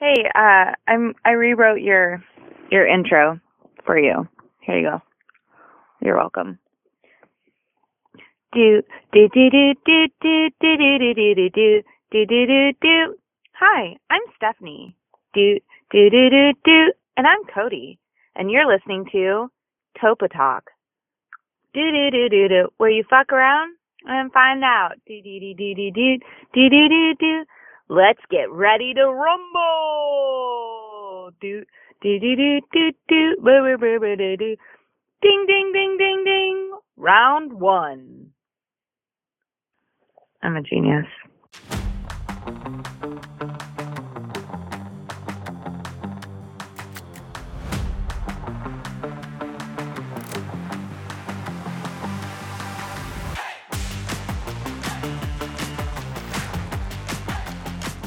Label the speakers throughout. Speaker 1: Hey, uh, I'm I rewrote your your intro for you. Here you go. You're welcome. Do do do do do do do do do do do do do do do do. Hi, I'm Stephanie. Do do do do do, and I'm Cody, and you're listening to Topa Talk. Do do do do do, where you fuck around and find out. Do do do do do do do do do do. Let's get ready to rumble. Do do do do do do boo boo boo boo do do. Ding ding ding ding ding. Round one. I'm a genius.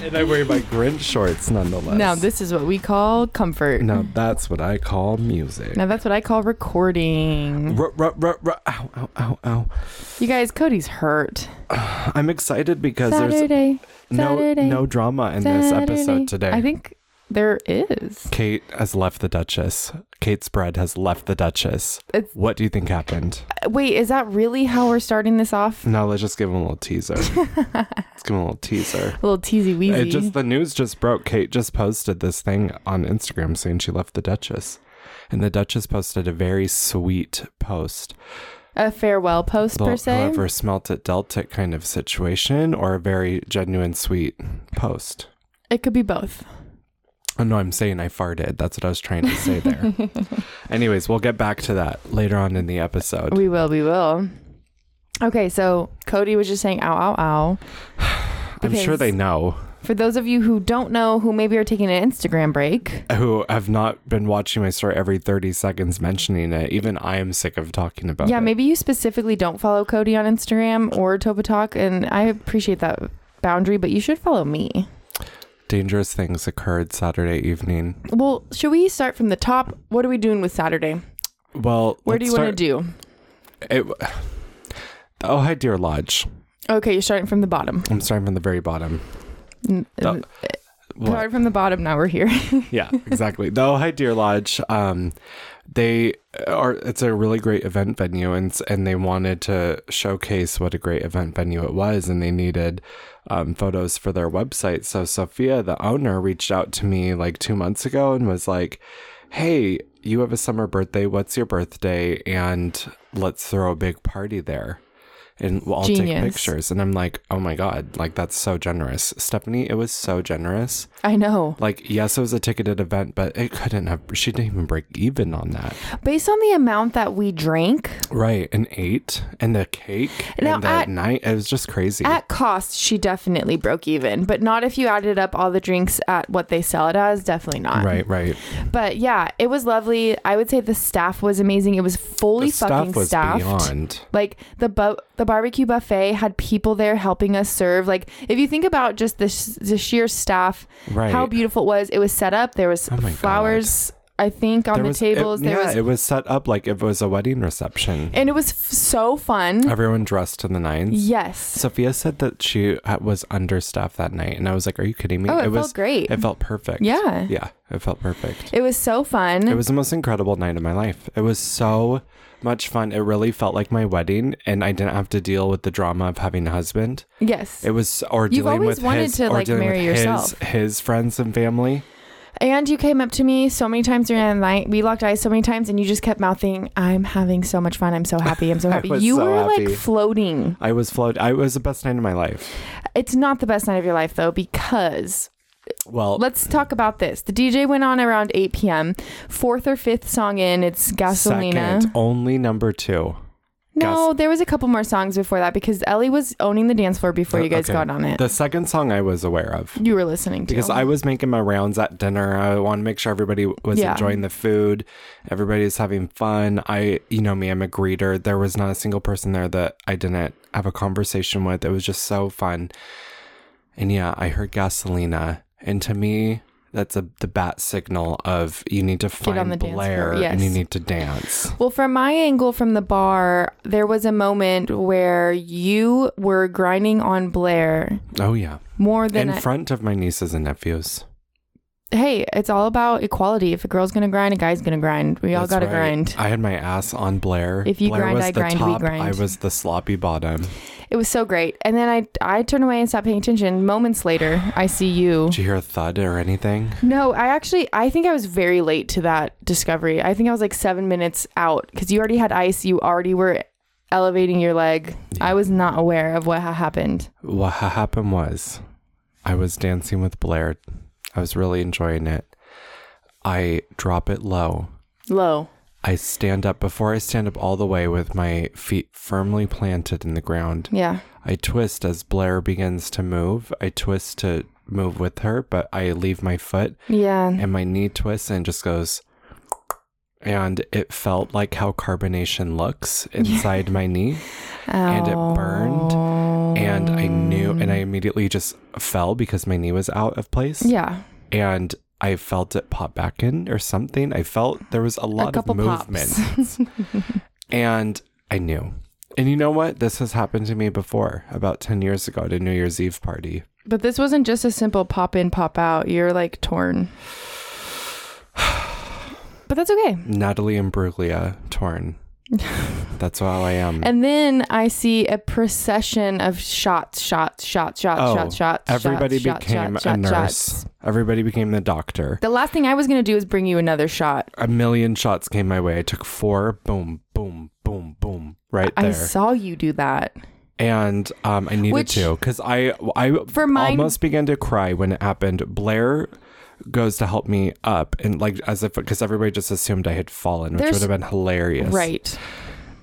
Speaker 2: And I wear my Grinch shorts nonetheless.
Speaker 3: Now this is what we call comfort.
Speaker 2: Now that's what I call music.
Speaker 3: Now that's what I call recording.
Speaker 2: Ruh, ruh, ruh, ruh. Ow, ow, ow, ow.
Speaker 3: You guys, Cody's hurt.
Speaker 2: I'm excited because there's
Speaker 3: Saturday.
Speaker 2: no
Speaker 3: Saturday.
Speaker 2: no drama in this
Speaker 3: Saturday.
Speaker 2: episode today.
Speaker 3: I think there is.
Speaker 2: Kate has left the Duchess. Kate Spread has left the Duchess.
Speaker 3: It's-
Speaker 2: What do you think happened?
Speaker 3: Uh, Wait, is that really how we're starting this off?
Speaker 2: Now let's just give him a little teaser. let's give him a little teaser.
Speaker 3: A little teasy
Speaker 2: It
Speaker 3: weezy.
Speaker 2: just the news just broke. Kate just posted this thing on Instagram saying she left the Duchess. And the Duchess posted a very sweet post
Speaker 3: a farewell post
Speaker 2: Well,
Speaker 3: per se.
Speaker 2: Whoever smelt it dealt it kind of situation or a very genuine, sweet post.
Speaker 3: It could be both.
Speaker 2: Oh, no, I'm saying I farted. That's what I was trying to say there. Anyways, we'll get back to that later on in the episode.
Speaker 3: We will. We will. Okay, so Cody was just saying ow ow ow.
Speaker 2: I'm sure
Speaker 3: because-
Speaker 2: they know
Speaker 3: For those of you who don't know, who maybe are taking an Instagram break,
Speaker 2: who have not been watching my story every 30 seconds mentioning it. Even I am sick of talking about
Speaker 3: Yeah,
Speaker 2: it.
Speaker 3: maybe you specifically don't follow Cody on Instagram or Topa Talk, and I appreciate that boundary, but you should follow me.
Speaker 2: Dangerous things occurred Saturday evening.
Speaker 3: Well, should we start from the top? What are we doing with Saturday?
Speaker 2: Well,
Speaker 3: Where do you want to do?
Speaker 2: do? It, oh, hi, dear Lodge.
Speaker 3: Okay, you're starting from the bottom.
Speaker 2: I'm starting from the very bottom.
Speaker 3: N-
Speaker 2: The- What?
Speaker 3: Started from the bottom. Now we're here.
Speaker 2: yeah, exactly. the Ohio Deer Lodge, um, they are. It's a really great event venue, and s- and they wanted to showcase what a great event venue it was, and they needed um, photos for their website. So Sophia, the owner, reached out to me like two months ago and was like, "Hey, you have a summer birthday. What's your birthday? And let's throw a big party there." And we'll all take
Speaker 3: Genius.
Speaker 2: pictures. And I'm like, oh my God, like that's so generous. Stephanie, it was so generous
Speaker 3: I know.
Speaker 2: like yes it was a ticketed event but it couldn't have she didn't even break even on that
Speaker 3: Based on the amount that we drank
Speaker 2: right and eight and the cake
Speaker 3: Now,
Speaker 2: and that
Speaker 3: at-
Speaker 2: night it was just crazy
Speaker 3: at cost, she definitely broke even, but not if you added up all the drinks at what they sell it as. Definitely not.
Speaker 2: right right
Speaker 3: But yeah, it was lovely. I would say the staff was amazing. It was fully
Speaker 2: the
Speaker 3: fucking
Speaker 2: stuff was
Speaker 3: staffed.
Speaker 2: beyond
Speaker 3: Like the bu- the barbecue buffet had people there helping us serve. Like if you think about just the, sh- the sheer staff,
Speaker 2: Right.
Speaker 3: how beautiful it was. It was set up. There was
Speaker 2: Oh my God.
Speaker 3: flowers, I think, on
Speaker 2: There
Speaker 3: the
Speaker 2: was- it-
Speaker 3: tables. there
Speaker 2: yeah
Speaker 3: was,
Speaker 2: it was set up like if it was a wedding reception
Speaker 3: and it was f- so fun.
Speaker 2: everyone dressed to the nines
Speaker 3: yes.
Speaker 2: Sophia said that she uh, was understaffed that night, and I was like, "Are you kidding me?"
Speaker 3: Oh, it felt
Speaker 2: was
Speaker 3: great.
Speaker 2: It felt perfect.
Speaker 3: Yeah.
Speaker 2: yeah, it felt perfect.
Speaker 3: It was so fun.
Speaker 2: It was the most incredible night of my life. It was so much fun. It really felt like my wedding, and I didn't have to deal with the drama of having a husband.
Speaker 3: yes.
Speaker 2: It was or dealing
Speaker 3: always
Speaker 2: with
Speaker 3: wanted
Speaker 2: his,
Speaker 3: to,
Speaker 2: or
Speaker 3: like,
Speaker 2: dealing
Speaker 3: marry
Speaker 2: with
Speaker 3: yourself.
Speaker 2: His, his friends and family.
Speaker 3: And you came up to me so many times during the night. We locked eyes so many times, and you just kept mouthing, "I'm having so much fun. I'm so happy. I'm so happy."
Speaker 2: was
Speaker 3: you
Speaker 2: so
Speaker 3: were
Speaker 2: happy.
Speaker 3: like floating.
Speaker 2: I was float. I it was the best night of my life.
Speaker 3: It's not the best night of your life though, because
Speaker 2: Well,
Speaker 3: let's talk about this. The DJ went on around 8 p.m. Fourth or fifth song in, it's Gasolina.
Speaker 2: second only number two.
Speaker 3: No, there was a couple more songs before that because Ellie was owning the dance floor before you guys
Speaker 2: Uh, Okay.
Speaker 3: got on it.
Speaker 2: The second song I was aware of.
Speaker 3: you were listening to
Speaker 2: Because I was making my rounds at dinner. I want to make sure everybody was
Speaker 3: Yeah.
Speaker 2: enjoying the food. Everybody's having fun. I, you know me, I'm a greeter. There was not a single person there that I didn't have a conversation with. It was just so fun. And yeah, I heard Gasolina. And to me, that's a the bat signal of you need to
Speaker 3: on
Speaker 2: find
Speaker 3: the dance
Speaker 2: Blair
Speaker 3: floor,
Speaker 2: and you
Speaker 3: yes.
Speaker 2: need to dance.
Speaker 3: Well, from my angle from the bar, there was a moment where you were grinding on Blair
Speaker 2: Oh yeah.
Speaker 3: more than
Speaker 2: In
Speaker 3: I-
Speaker 2: front of my nieces and nephews.
Speaker 3: hey, it's all about equality. If a girl's gonna grind, a guy's gonna grind. We all
Speaker 2: That's
Speaker 3: gotta
Speaker 2: right.
Speaker 3: grind.
Speaker 2: I had my ass on Blair.
Speaker 3: If you
Speaker 2: Blair
Speaker 3: grind,
Speaker 2: was
Speaker 3: I
Speaker 2: the
Speaker 3: grind, we
Speaker 2: top,
Speaker 3: grind.
Speaker 2: I was the sloppy bottom.
Speaker 3: It was so great. And then I I turned away and stopped paying attention. Moments later, I see you.
Speaker 2: Did you hear a thud or anything?
Speaker 3: No, I actually I think I was very late to that discovery. I think I was like seven minutes out because you already had ice. You already were elevating your leg. I was not aware of what had happened.
Speaker 2: What ha- happened was I was dancing with Blair. I was really enjoying it. I drop it low.
Speaker 3: Low.
Speaker 2: I stand up. Before I stand up all the way with my feet firmly planted in the ground,
Speaker 3: Yeah.
Speaker 2: I twist as Blair begins to move. I twist to move with her, but I leave my foot
Speaker 3: Yeah.
Speaker 2: and my knee twists and just goes. And it felt like how carbonation looks inside my knee. and it burned, And I knew, and I immediately just fell because my knee was out of place.
Speaker 3: Yeah.
Speaker 2: And I felt it pop back in or something. I felt there was a
Speaker 3: A
Speaker 2: lot of
Speaker 3: couple
Speaker 2: movement.
Speaker 3: pops.
Speaker 2: And I knew. And you know what? This has happened to me before, about 10 years ago at a New Year's Eve party.
Speaker 3: But this wasn't just a simple pop in, pop out. You're like torn. But that's okay.
Speaker 2: Natalie Imbruglia, torn. That's how I am.
Speaker 3: And then I see a procession of shots, shots, shots, shots,
Speaker 2: Oh,
Speaker 3: shots, shots.
Speaker 2: Everybody
Speaker 3: shots, shots,
Speaker 2: became
Speaker 3: shots,
Speaker 2: a
Speaker 3: shots,
Speaker 2: nurse.
Speaker 3: shots.
Speaker 2: Everybody became the doctor.
Speaker 3: The last thing I was going to do is bring you another shot.
Speaker 2: A million shots came my way. I took four. Boom, boom, boom, boom. Right
Speaker 3: I
Speaker 2: there.
Speaker 3: saw you do that.
Speaker 2: and um, I needed
Speaker 3: Which-
Speaker 2: to because I I
Speaker 3: For mine-
Speaker 2: almost began to cry when it happened. Blair goes to help me up and like as if because everybody just assumed I had fallen, which
Speaker 3: There's-
Speaker 2: would have been hilarious,
Speaker 3: Right.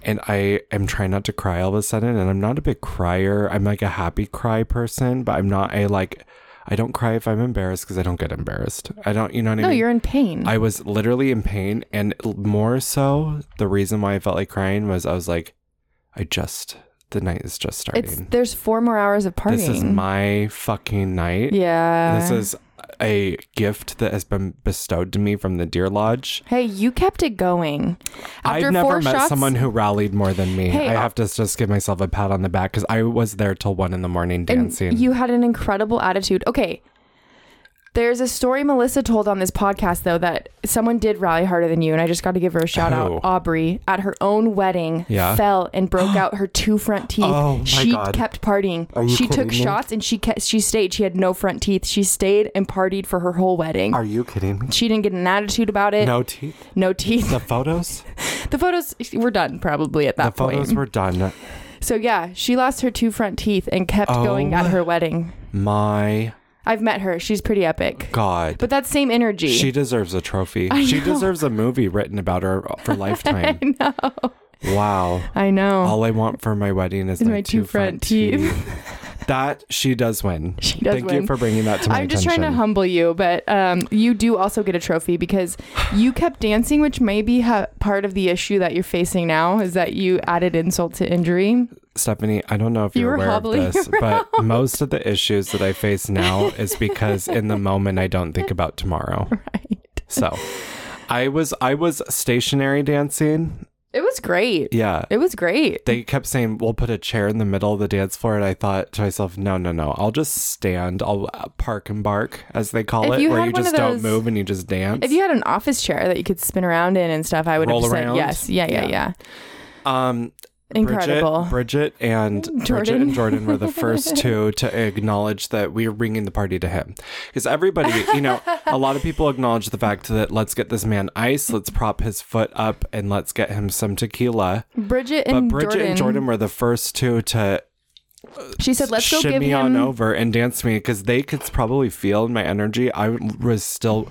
Speaker 2: And I am trying not to cry all of a sudden, and I'm not a big crier. I'm like a happy cry person, but I'm not a like. I don't cry if I'm embarrassed because I don't get embarrassed. I don't, you know what I
Speaker 3: No,
Speaker 2: mean?
Speaker 3: you're in pain.
Speaker 2: I was literally in pain, and l- more so, the reason why I felt like crying was I was like, I just the night is just starting.
Speaker 3: it's there's four more hours of partying.
Speaker 2: This is my fucking night.
Speaker 3: yeah.
Speaker 2: This is a gift that has been bestowed to me from the Deer Lodge.
Speaker 3: Hey, you kept it going. After
Speaker 2: I've never
Speaker 3: four
Speaker 2: met
Speaker 3: shots,
Speaker 2: someone who rallied more than me.
Speaker 3: Hey,
Speaker 2: I
Speaker 3: uh,
Speaker 2: have to just give myself a pat on the back because I was there till one in the morning
Speaker 3: and
Speaker 2: dancing.
Speaker 3: You had an incredible attitude. Okay. There's a story Melissa told on this podcast though that someone did rally harder than you, and I just got to give her a shout
Speaker 2: Who?
Speaker 3: out. Aubrey at her own wedding
Speaker 2: Oh. Yeah.
Speaker 3: fell and broke out her two front teeth.
Speaker 2: Oh, my
Speaker 3: she
Speaker 2: God.
Speaker 3: kept partying.
Speaker 2: Are you
Speaker 3: She
Speaker 2: kidding
Speaker 3: took
Speaker 2: me?
Speaker 3: shots and she kept, she stayed. She had no front teeth. She stayed and partied for her whole wedding.
Speaker 2: Are you kidding me?
Speaker 3: she didn't get an attitude about it.
Speaker 2: No teeth.
Speaker 3: No teeth.
Speaker 2: The photos.
Speaker 3: The photos were done probably at
Speaker 2: the
Speaker 3: that point.
Speaker 2: photos were done.
Speaker 3: So yeah, she lost her two front teeth and kept
Speaker 2: Oh.
Speaker 3: going at her wedding.
Speaker 2: My
Speaker 3: I've met her. She's pretty epic.
Speaker 2: God.
Speaker 3: But that same energy.
Speaker 2: she deserves a trophy.
Speaker 3: I
Speaker 2: She
Speaker 3: know.
Speaker 2: deserves a movie written about her for lifetime.
Speaker 3: no.
Speaker 2: Wow.
Speaker 3: I know.
Speaker 2: All I want for my wedding is
Speaker 3: Is
Speaker 2: my,
Speaker 3: Oh. my
Speaker 2: two,
Speaker 3: two
Speaker 2: front
Speaker 3: front
Speaker 2: teeth. that she does win.
Speaker 3: She does
Speaker 2: Thank you
Speaker 3: win.
Speaker 2: for bringing that to my
Speaker 3: I'm just
Speaker 2: attention.
Speaker 3: trying to humble you, but um, you do also get a trophy because you kept dancing, which may be ha- part of the issue that you're facing now is that you added insult to injury.
Speaker 2: Stephanie, I don't know if
Speaker 3: You
Speaker 2: you're
Speaker 3: were
Speaker 2: aware of
Speaker 3: hobbling
Speaker 2: this, but most of the issues that I face now is because in the moment I don't think about tomorrow.
Speaker 3: Right.
Speaker 2: So, I was I was stationary dancing.
Speaker 3: It was great.
Speaker 2: Yeah.
Speaker 3: It was great.
Speaker 2: They kept saying we'll put a chair in the middle of the dance floor, and I thought to myself, no, no, no, I'll just stand. I'll uh, park and bark, as they call
Speaker 3: If
Speaker 2: it,
Speaker 3: you
Speaker 2: where
Speaker 3: had
Speaker 2: you
Speaker 3: one of
Speaker 2: just don't
Speaker 3: those-
Speaker 2: move and you just dance.
Speaker 3: If you had an office chair that you could spin around in and stuff, I would
Speaker 2: Roll
Speaker 3: have said
Speaker 2: around?
Speaker 3: yes. Yeah, yeah,
Speaker 2: Yeah.
Speaker 3: yeah.
Speaker 2: um,
Speaker 3: Incredible.
Speaker 2: Bridget, Bridget and Bridget
Speaker 3: Jordan.
Speaker 2: and Jordan were the first two to acknowledge that we are bringing the party to him. Because everybody, you know, a lot of people acknowledge the fact that let's get this man ice, let's prop his foot up, and let's get him some tequila.
Speaker 3: Bridget
Speaker 2: But
Speaker 3: and
Speaker 2: Bridget
Speaker 3: Jordan.
Speaker 2: and Jordan were the first two to
Speaker 3: She said, "Let's go give
Speaker 2: shimmy on
Speaker 3: him."
Speaker 2: over and dance to me because they could probably feel my energy. I was still.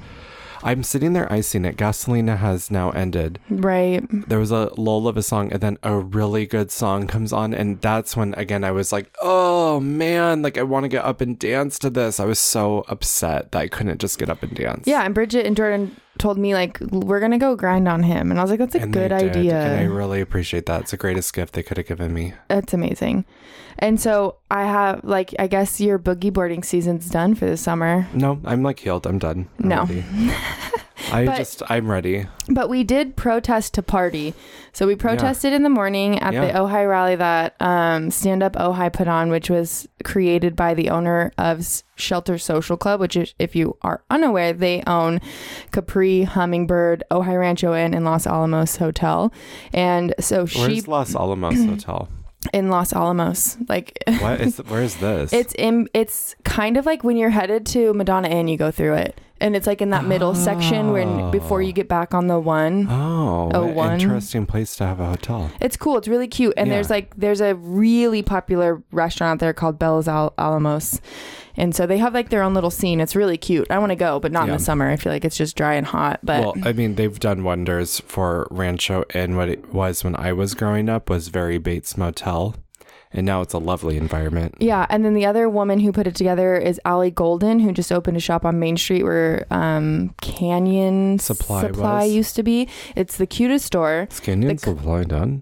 Speaker 2: I'm sitting there icing it. Gasolina has now ended.
Speaker 3: Right.
Speaker 2: there was a lull of a song and then a really good song comes on and that's when again i was like oh man like i want to get up and dance to this i was so upset that i couldn't just get up and dance
Speaker 3: Yeah, and Bridget and Jordan told me like we're gonna go grind on him, and I was like, "That's a
Speaker 2: and they
Speaker 3: good
Speaker 2: did,
Speaker 3: idea.
Speaker 2: and i really appreciate that it's the greatest gift they could have given me
Speaker 3: That's amazing." And so I have like I guess your boogie boarding season's done for the summer.
Speaker 2: no i'm like healed i'm done
Speaker 3: No.
Speaker 2: already. I
Speaker 3: But-
Speaker 2: just, I'm ready.
Speaker 3: But we did protest to party. So we protested in the morning at the
Speaker 2: Yeah.
Speaker 3: Ojai rally that um, Stand Up Ojai put on, which was created by the owner of S- Shelter Social Club, which, is, if you are unaware, they own Capri, Hummingbird, Ojai Rancho Inn, and Los Alamos Hotel. And so she
Speaker 2: Where's Los Alamos Hotel?
Speaker 3: in Los Alamos, like.
Speaker 2: What is, where is this?
Speaker 3: It's in. It's kind of like when you're headed to Madonna Inn, you go through it, and it's like in that middle section when before you get back on the one.
Speaker 2: oh,
Speaker 3: Oh,
Speaker 2: what
Speaker 3: one.
Speaker 2: interesting place to have a hotel.
Speaker 3: It's cool. It's really cute. And
Speaker 2: Yeah.
Speaker 3: there's like there's a really popular restaurant out there called Bell's Al- Alamos. And so they have like their own little scene. It's really cute. I want to go, but not in
Speaker 2: Yeah.
Speaker 3: the summer. I feel like it's just dry and hot. But
Speaker 2: Well, I mean, they've done wonders for Rancho, and what it was when I was growing up was very Bates Motel, and now it's a lovely environment.
Speaker 3: yeah, and then the other woman who put it together is Allie Golden, who just opened a shop on Main Street where um, Canyon
Speaker 2: Supply was.
Speaker 3: used to be. It's the cutest store.
Speaker 2: Is Canyon Supply done?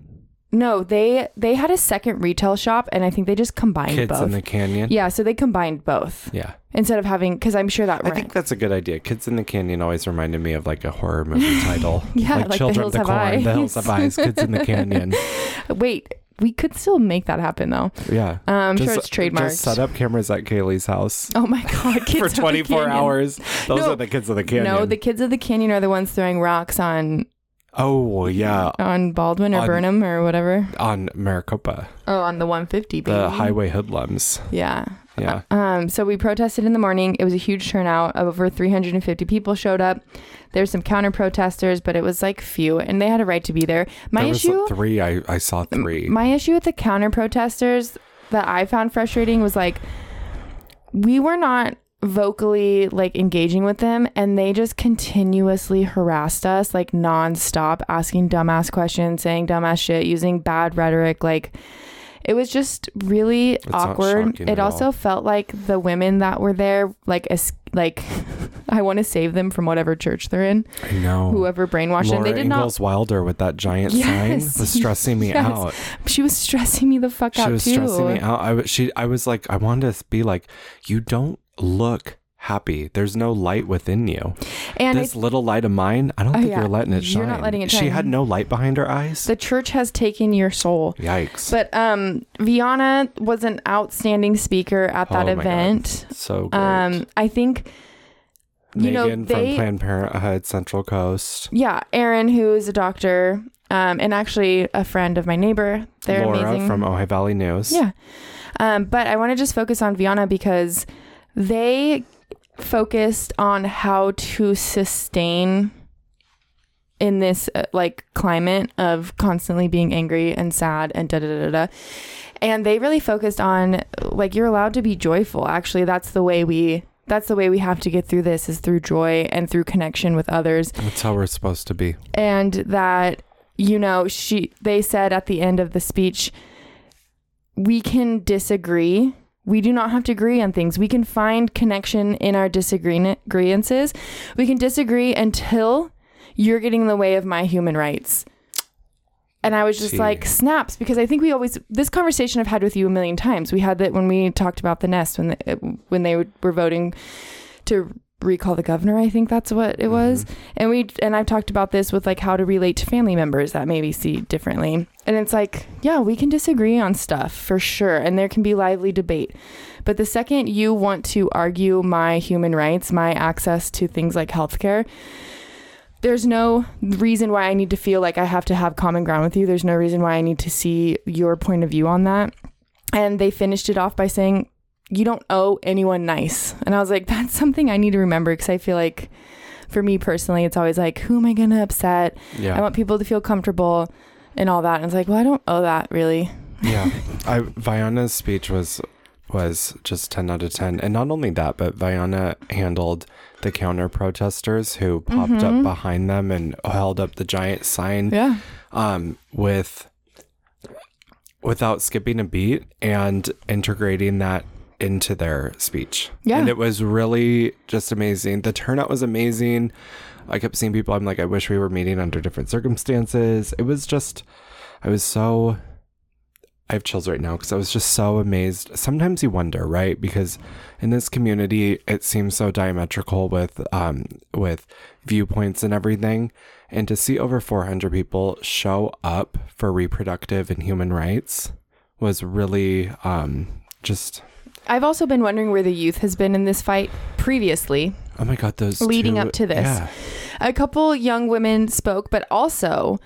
Speaker 3: No, they they had a second retail shop, and I think they just combined
Speaker 2: Kids
Speaker 3: both.
Speaker 2: in the Canyon.
Speaker 3: yeah, so they combined both
Speaker 2: Yeah.
Speaker 3: instead of having because I'm sure that
Speaker 2: I
Speaker 3: rent.
Speaker 2: think that's a good idea. Kids in the Canyon always reminded me of like a horror movie title.
Speaker 3: Yeah, like The
Speaker 2: Children
Speaker 3: Hills
Speaker 2: of the
Speaker 3: Have
Speaker 2: Corn, The Hills
Speaker 3: Eyes.
Speaker 2: Have Eyes, Kids in the Canyon.
Speaker 3: Wait, we could still make that happen though.
Speaker 2: Yeah.
Speaker 3: Uh, I'm sure it's
Speaker 2: Just set
Speaker 3: trademarked.
Speaker 2: up cameras at Kaylee's house
Speaker 3: Oh my god, kids
Speaker 2: for
Speaker 3: of the
Speaker 2: 24
Speaker 3: Canyon.
Speaker 2: hours. Those
Speaker 3: No.
Speaker 2: are the kids of the Canyon.
Speaker 3: No, the kids of the canyon are the ones throwing rocks on
Speaker 2: oh, yeah.
Speaker 3: on Baldwin or
Speaker 2: On-
Speaker 3: Burnham or whatever.
Speaker 2: On Maricopa,
Speaker 3: Oh, on the 150 baby.
Speaker 2: the highway hoodlums.
Speaker 3: Yeah.
Speaker 2: Yeah.
Speaker 3: Um, so we protested in the morning. It was a huge turnout. Over 350 people showed up. There's some counter protesters, but it was like few, and they had a right to be there. My
Speaker 2: there
Speaker 3: issue,
Speaker 2: was like, three. I, I saw three.
Speaker 3: my issue with the counter protesters that I found frustrating was like we were not vocally like engaging with them and they just continuously harassed us like nonstop asking dumbass questions saying dumbass shit using bad rhetoric like it was just really
Speaker 2: not
Speaker 3: awkward
Speaker 2: shocking
Speaker 3: it
Speaker 2: at
Speaker 3: also
Speaker 2: all.
Speaker 3: felt like the women that were there like es- like i want to save them from whatever church they're in
Speaker 2: I know.
Speaker 3: whoever brainwashed them
Speaker 2: Oh. Laura
Speaker 3: they did not
Speaker 2: Ingalls Wilder with that giant
Speaker 3: Yes.
Speaker 2: sign was stressing me
Speaker 3: Yes.
Speaker 2: out.
Speaker 3: she was stressing me the fuck
Speaker 2: She
Speaker 3: out
Speaker 2: was
Speaker 3: too
Speaker 2: stressing me out. I was she I was like I wanted to be like you don't look happy. There's no light within you.
Speaker 3: and I
Speaker 2: this little light of mine, I don't
Speaker 3: Oh,
Speaker 2: think
Speaker 3: yeah.
Speaker 2: you're letting it shine.
Speaker 3: You're not letting it
Speaker 2: She
Speaker 3: shine.
Speaker 2: had no light behind her eyes.
Speaker 3: The church has taken your soul.
Speaker 2: Yikes.
Speaker 3: But um Vianna was an outstanding speaker at that
Speaker 2: Oh my God.
Speaker 3: event.
Speaker 2: so great.
Speaker 3: Um I think you know,
Speaker 2: Megan
Speaker 3: they-
Speaker 2: from Planned Parenthood Central Coast.
Speaker 3: yeah, Erin who is a doctor um and actually a friend of my neighbor. They're
Speaker 2: Laura
Speaker 3: amazing.
Speaker 2: from Ojai Valley News.
Speaker 3: Yeah. Um, but I want to just focus on Vianna because they focused on how to sustain in this uh, like climate of constantly being angry and sad and da da da da. da. And they really focused on like you're allowed to be joyful. Actually, that's the way we that's the way we have to get through this is through joy and through connection with others
Speaker 2: That's how we're supposed to be.
Speaker 3: and that you know she they said at the end of the speech we can disagree we do not have to agree on things we can find connection in our disagreements we can disagree until you're getting in the way of my human rights and i was just
Speaker 2: Gee.
Speaker 3: like snaps because i think we always this conversation i've had with you a million times we had that when we talked about the nest when the, when they were voting to recall the governor i think that's what it was and we and i've talked about this with like how to relate to family members that maybe see differently and it's like yeah we can disagree on stuff for sure and there can be lively debate but the second you want to argue my human rights my access to things like healthcare there's no reason why i need to feel like i have to have common ground with you there's no reason why i need to see your point of view on that and they finished it off by saying you don't owe anyone nice and i was like that's something i need to remember because i feel like for me personally it's always like who am i going to upset i
Speaker 2: Yeah.
Speaker 3: want people to feel comfortable and all that and it's like well i don't owe that really
Speaker 2: yeah. I Vianna's speech was was just 10 out of 10. And not only that, but Vianna handled the counter protesters who popped up behind them and held up the giant sign
Speaker 3: Mm-hmm. yeah
Speaker 2: um, with without skipping a beat and integrating that into their speech.
Speaker 3: Yeah.
Speaker 2: And it was really just amazing. The turnout was amazing. I kept seeing people. I'm like, I wish we were meeting under different circumstances. It was just, I was so I have chills right now because I was just so amazed. Sometimes you wonder, right? Because in this community, it seems so diametrical with um, with viewpoints and everything. And to see over 400 people show up for reproductive and human rights was really um, just
Speaker 3: I've also been wondering where the youth has been in this fight previously.
Speaker 2: oh my god. Those
Speaker 3: Leading
Speaker 2: two-
Speaker 3: up to this.
Speaker 2: yeah.
Speaker 3: A couple young women spoke, but also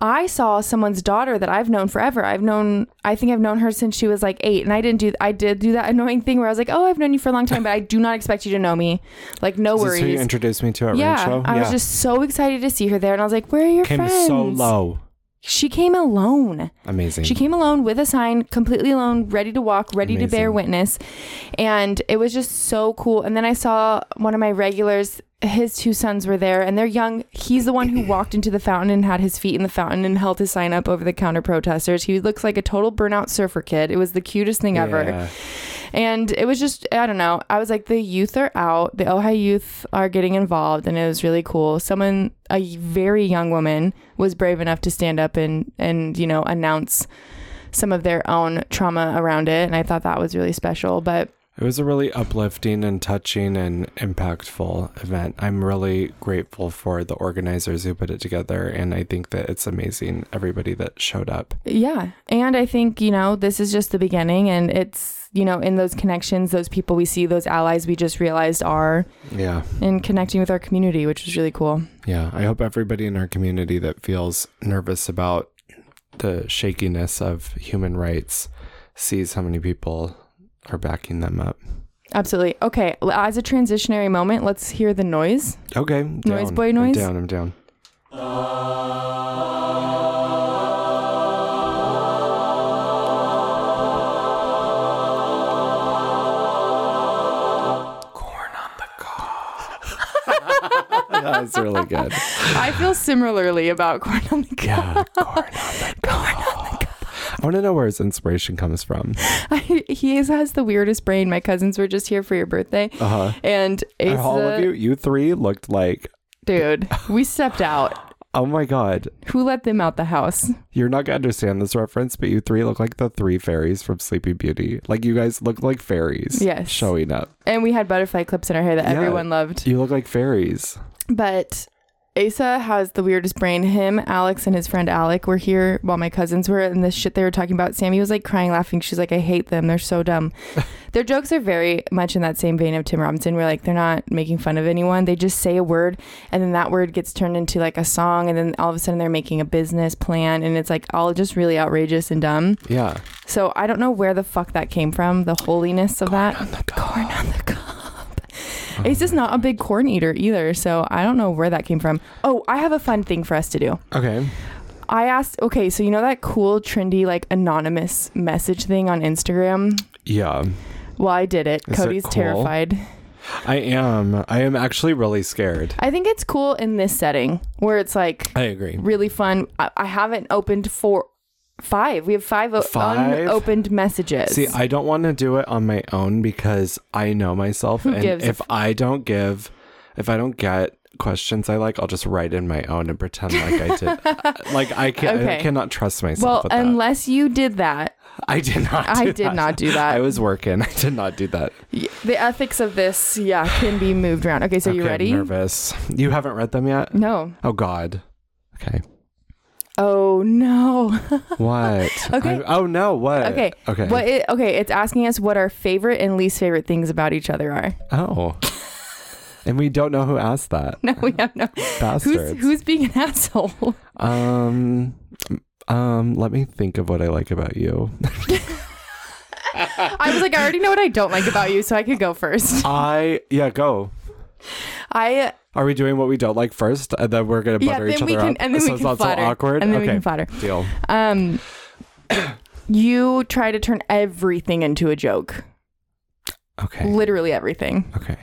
Speaker 3: I saw someone's daughter that I've known forever. I've known, I think I've known her since she was like eight, and I didn't do, I did do that annoying thing where I was like, "Oh, I've known you for a long time, but I do not expect you to know me." Like, no
Speaker 2: Is this who you
Speaker 3: worries.
Speaker 2: introduced me to at
Speaker 3: Yeah,
Speaker 2: Rancho?
Speaker 3: I was just so excited to see her there, and I was like, "Where are your
Speaker 2: came
Speaker 3: friends?"
Speaker 2: so low.
Speaker 3: She came alone.
Speaker 2: Amazing.
Speaker 3: She came alone with a sign, completely alone, ready to walk, ready to bear
Speaker 2: Amazing.
Speaker 3: witness. And it was just so cool. And then I saw one of my regulars, his two sons were there, and they're young. He's the one who walked into the fountain and had his feet in the fountain and held his sign up over the counter protesters. He looks like a total burnout surfer kid. It was the cutest thing ever.
Speaker 2: Yeah.
Speaker 3: And it was just, I don't know. I was like, the youth are out. The Ohio youth are getting involved. And it was really cool. Someone, a very young woman, was brave enough to stand up and, and you know, announce some of their own trauma around it. And I thought that was really special. But
Speaker 2: It was a really uplifting and touching and impactful event. I'm really grateful for the organizers who put it together. And I think that it's amazing, everybody that showed up.
Speaker 3: Yeah. And I think, you know, this is just the beginning and it's, you know, in those connections, those people we see, those allies we just realized are
Speaker 2: Yeah.
Speaker 3: in connecting with our community, which was really cool.
Speaker 2: Yeah. I hope everybody in our community that feels nervous about the shakiness of human rights sees how many people are backing them up.
Speaker 3: Absolutely. Okay, l- as a transitionary moment, let's hear the noise.
Speaker 2: Okay. Down.
Speaker 3: Noise boy
Speaker 2: I'm
Speaker 3: noise?
Speaker 2: down. I'm down. Corn on the cob. that was really good.
Speaker 3: I feel similarly about corn on the cob.
Speaker 2: Yeah. Corn on the cob. I want to know where his inspiration comes from.
Speaker 3: I, he is, has the weirdest brain. My cousins were just here for your birthday.
Speaker 2: Uh huh.
Speaker 3: And Asa,
Speaker 2: All of you, you three looked like,
Speaker 3: dude, we stepped out.
Speaker 2: oh my God,
Speaker 3: Who let them out the house?
Speaker 2: You're not gonna understand this reference, but you three look like the three fairies from Sleeping Beauty. Like you guys look like fairies.
Speaker 3: Yes.
Speaker 2: Showing up.
Speaker 3: And we had butterfly clips in our hair that
Speaker 2: Yeah.
Speaker 3: everyone loved.
Speaker 2: You look like fairies.
Speaker 3: But Asa has the weirdest brain. Him, Alex, and his friend Alec were here while my cousins were, and the shit they were talking about. Sammy was like crying, laughing. She's like, I hate them. They're so dumb. Their jokes are very much in that same vein of Tim Robinson, where like they're not making fun of anyone. They just say a word, and then that word gets turned into like a song, and then all of a sudden they're making a business plan, and it's like all just really outrageous and dumb.
Speaker 2: Yeah.
Speaker 3: So I don't know where the fuck that came from, the holiness of that. corn on the cob. Ace is not a big corn eater either, so I don't know where that came from. Oh, I have a fun thing for us to do.
Speaker 2: Okay.
Speaker 3: I asked, okay, so you know that cool, trendy, like anonymous message thing on Instagram?
Speaker 2: Yeah.
Speaker 3: Well, I did it.
Speaker 2: Is it
Speaker 3: Cody's
Speaker 2: cool?
Speaker 3: terrified.
Speaker 2: I am. I am actually really scared.
Speaker 3: I think it's cool in this setting where it's like
Speaker 2: I agree.
Speaker 3: really fun. I, I haven't opened four, five. We have five, o-
Speaker 2: Five?
Speaker 3: unopened messages.
Speaker 2: See, I don't want to do it on my own because I know myself, and
Speaker 3: gives a
Speaker 2: if I I don't give, if I don't get questions I like, I'll just write in my own and pretend like I did. like I can, not I
Speaker 3: Okay.
Speaker 2: cannot trust myself.
Speaker 3: well,
Speaker 2: with that.
Speaker 3: unless you did that,
Speaker 2: I did not.
Speaker 3: I
Speaker 2: do
Speaker 3: did
Speaker 2: that.
Speaker 3: not do that.
Speaker 2: I was working. I did not do that.
Speaker 3: Y- the ethics of this, yeah, can be moved around. Okay, so you
Speaker 2: Okay,
Speaker 3: ready?
Speaker 2: I'm nervous. You haven't read them yet?
Speaker 3: No.
Speaker 2: Oh God. Okay.
Speaker 3: Oh no.
Speaker 2: What?
Speaker 3: Okay.
Speaker 2: I- oh no. What?
Speaker 3: okay.
Speaker 2: Okay.
Speaker 3: What? It, okay, it's asking us what our favorite and least favorite things about each other are.
Speaker 2: Oh. and we don't know who asked that.
Speaker 3: No, we have no.
Speaker 2: Bastards.
Speaker 3: Who's who's being an asshole?
Speaker 2: um. Um. Let me think of what I like about you.
Speaker 3: I was like, I already know what I don't like about you, so I could go first.
Speaker 2: I yeah. Go.
Speaker 3: I
Speaker 2: Are we doing what we don't like first, and then we're gonna
Speaker 3: Yeah,
Speaker 2: butter
Speaker 3: then
Speaker 2: each other
Speaker 3: we can-
Speaker 2: up?
Speaker 3: and then
Speaker 2: so
Speaker 3: we
Speaker 2: it's
Speaker 3: can
Speaker 2: not so
Speaker 3: flatter.
Speaker 2: awkward.
Speaker 3: And then
Speaker 2: okay.
Speaker 3: we can flatter.
Speaker 2: Deal.
Speaker 3: um, you try to turn everything into a joke.
Speaker 2: Okay.
Speaker 3: Literally everything.
Speaker 2: Okay.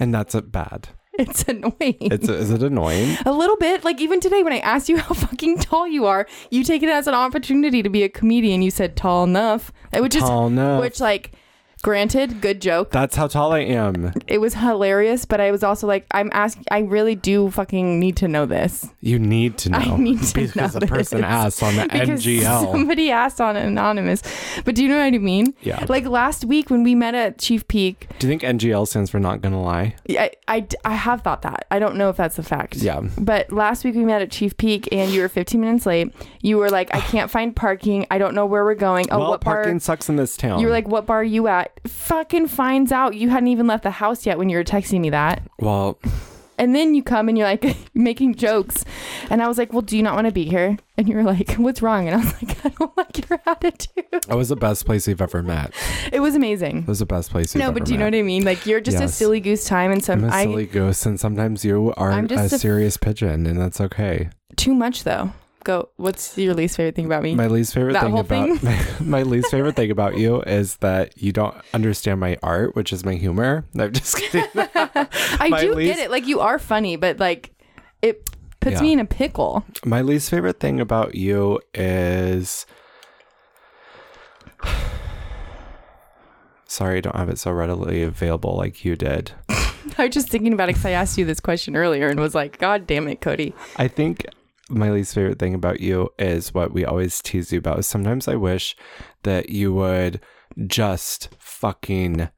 Speaker 2: And that's a bad.
Speaker 3: It's annoying.
Speaker 2: It's is it annoying?
Speaker 3: A little bit. Like even today when I asked you how fucking tall you are, you take it as an opportunity to be a comedian. You said tall enough. It would just
Speaker 2: Tall enough.
Speaker 3: which like Granted, good joke.
Speaker 2: That's how tall I am.
Speaker 3: It was hilarious, but I was also like, I'm asking. I really do fucking need to know this.
Speaker 2: You need to know.
Speaker 3: I need to
Speaker 2: Oh, because
Speaker 3: know
Speaker 2: the person
Speaker 3: this.
Speaker 2: asked on the
Speaker 3: Because
Speaker 2: NGL.
Speaker 3: somebody asked on anonymous, but do you know what I mean?
Speaker 2: Yeah.
Speaker 3: Like last week when we met at Chief Peak,
Speaker 2: Do you think NGL stands for not gonna lie?
Speaker 3: I, I, I have thought that. I don't know if that's a fact.
Speaker 2: Yeah.
Speaker 3: But last week we met at Chief Peak and you were 15 minutes late. You were like, I can't find parking. I don't know where we're going. Oh,
Speaker 2: well,
Speaker 3: what bar?
Speaker 2: parking sucks in this town.
Speaker 3: you were like, what bar are you at? Fucking finds out. You hadn't even left the house yet when you were texting me that.
Speaker 2: well,
Speaker 3: And then you come and you're like making jokes. And I was like, well, do you not want to be here? And you were like, what's wrong? And I was like, I don't like your attitude.
Speaker 2: it was the best place you've ever met.
Speaker 3: It was amazing.
Speaker 2: It was the best place you've
Speaker 3: No,
Speaker 2: ever
Speaker 3: but do you know
Speaker 2: met.
Speaker 3: what I mean? Like you're just a
Speaker 2: Yes.
Speaker 3: silly goose time, and so
Speaker 2: I'm a
Speaker 3: I
Speaker 2: silly goose, and sometimes you are
Speaker 3: I'm
Speaker 2: a
Speaker 3: just a-
Speaker 2: serious pigeon, and that's okay.
Speaker 3: too much though. Go. What's your least favorite thing about me?
Speaker 2: My least favorite
Speaker 3: That
Speaker 2: thing
Speaker 3: whole
Speaker 2: about my, least favorite thing about you is that you don't understand my art, which is my humor. I'm just kidding.
Speaker 3: I
Speaker 2: my
Speaker 3: do
Speaker 2: least-
Speaker 3: get it. Like you are funny, but like it puts
Speaker 2: Yeah.
Speaker 3: me in a pickle.
Speaker 2: my least favorite thing about you is. Sorry, I don't have it so readily available like you did.
Speaker 3: I was just thinking about it because I asked you this question earlier and was like, God damn it, Cody.
Speaker 2: I think my least favorite thing about you is what we always tease you about. Sometimes I wish that you would just fucking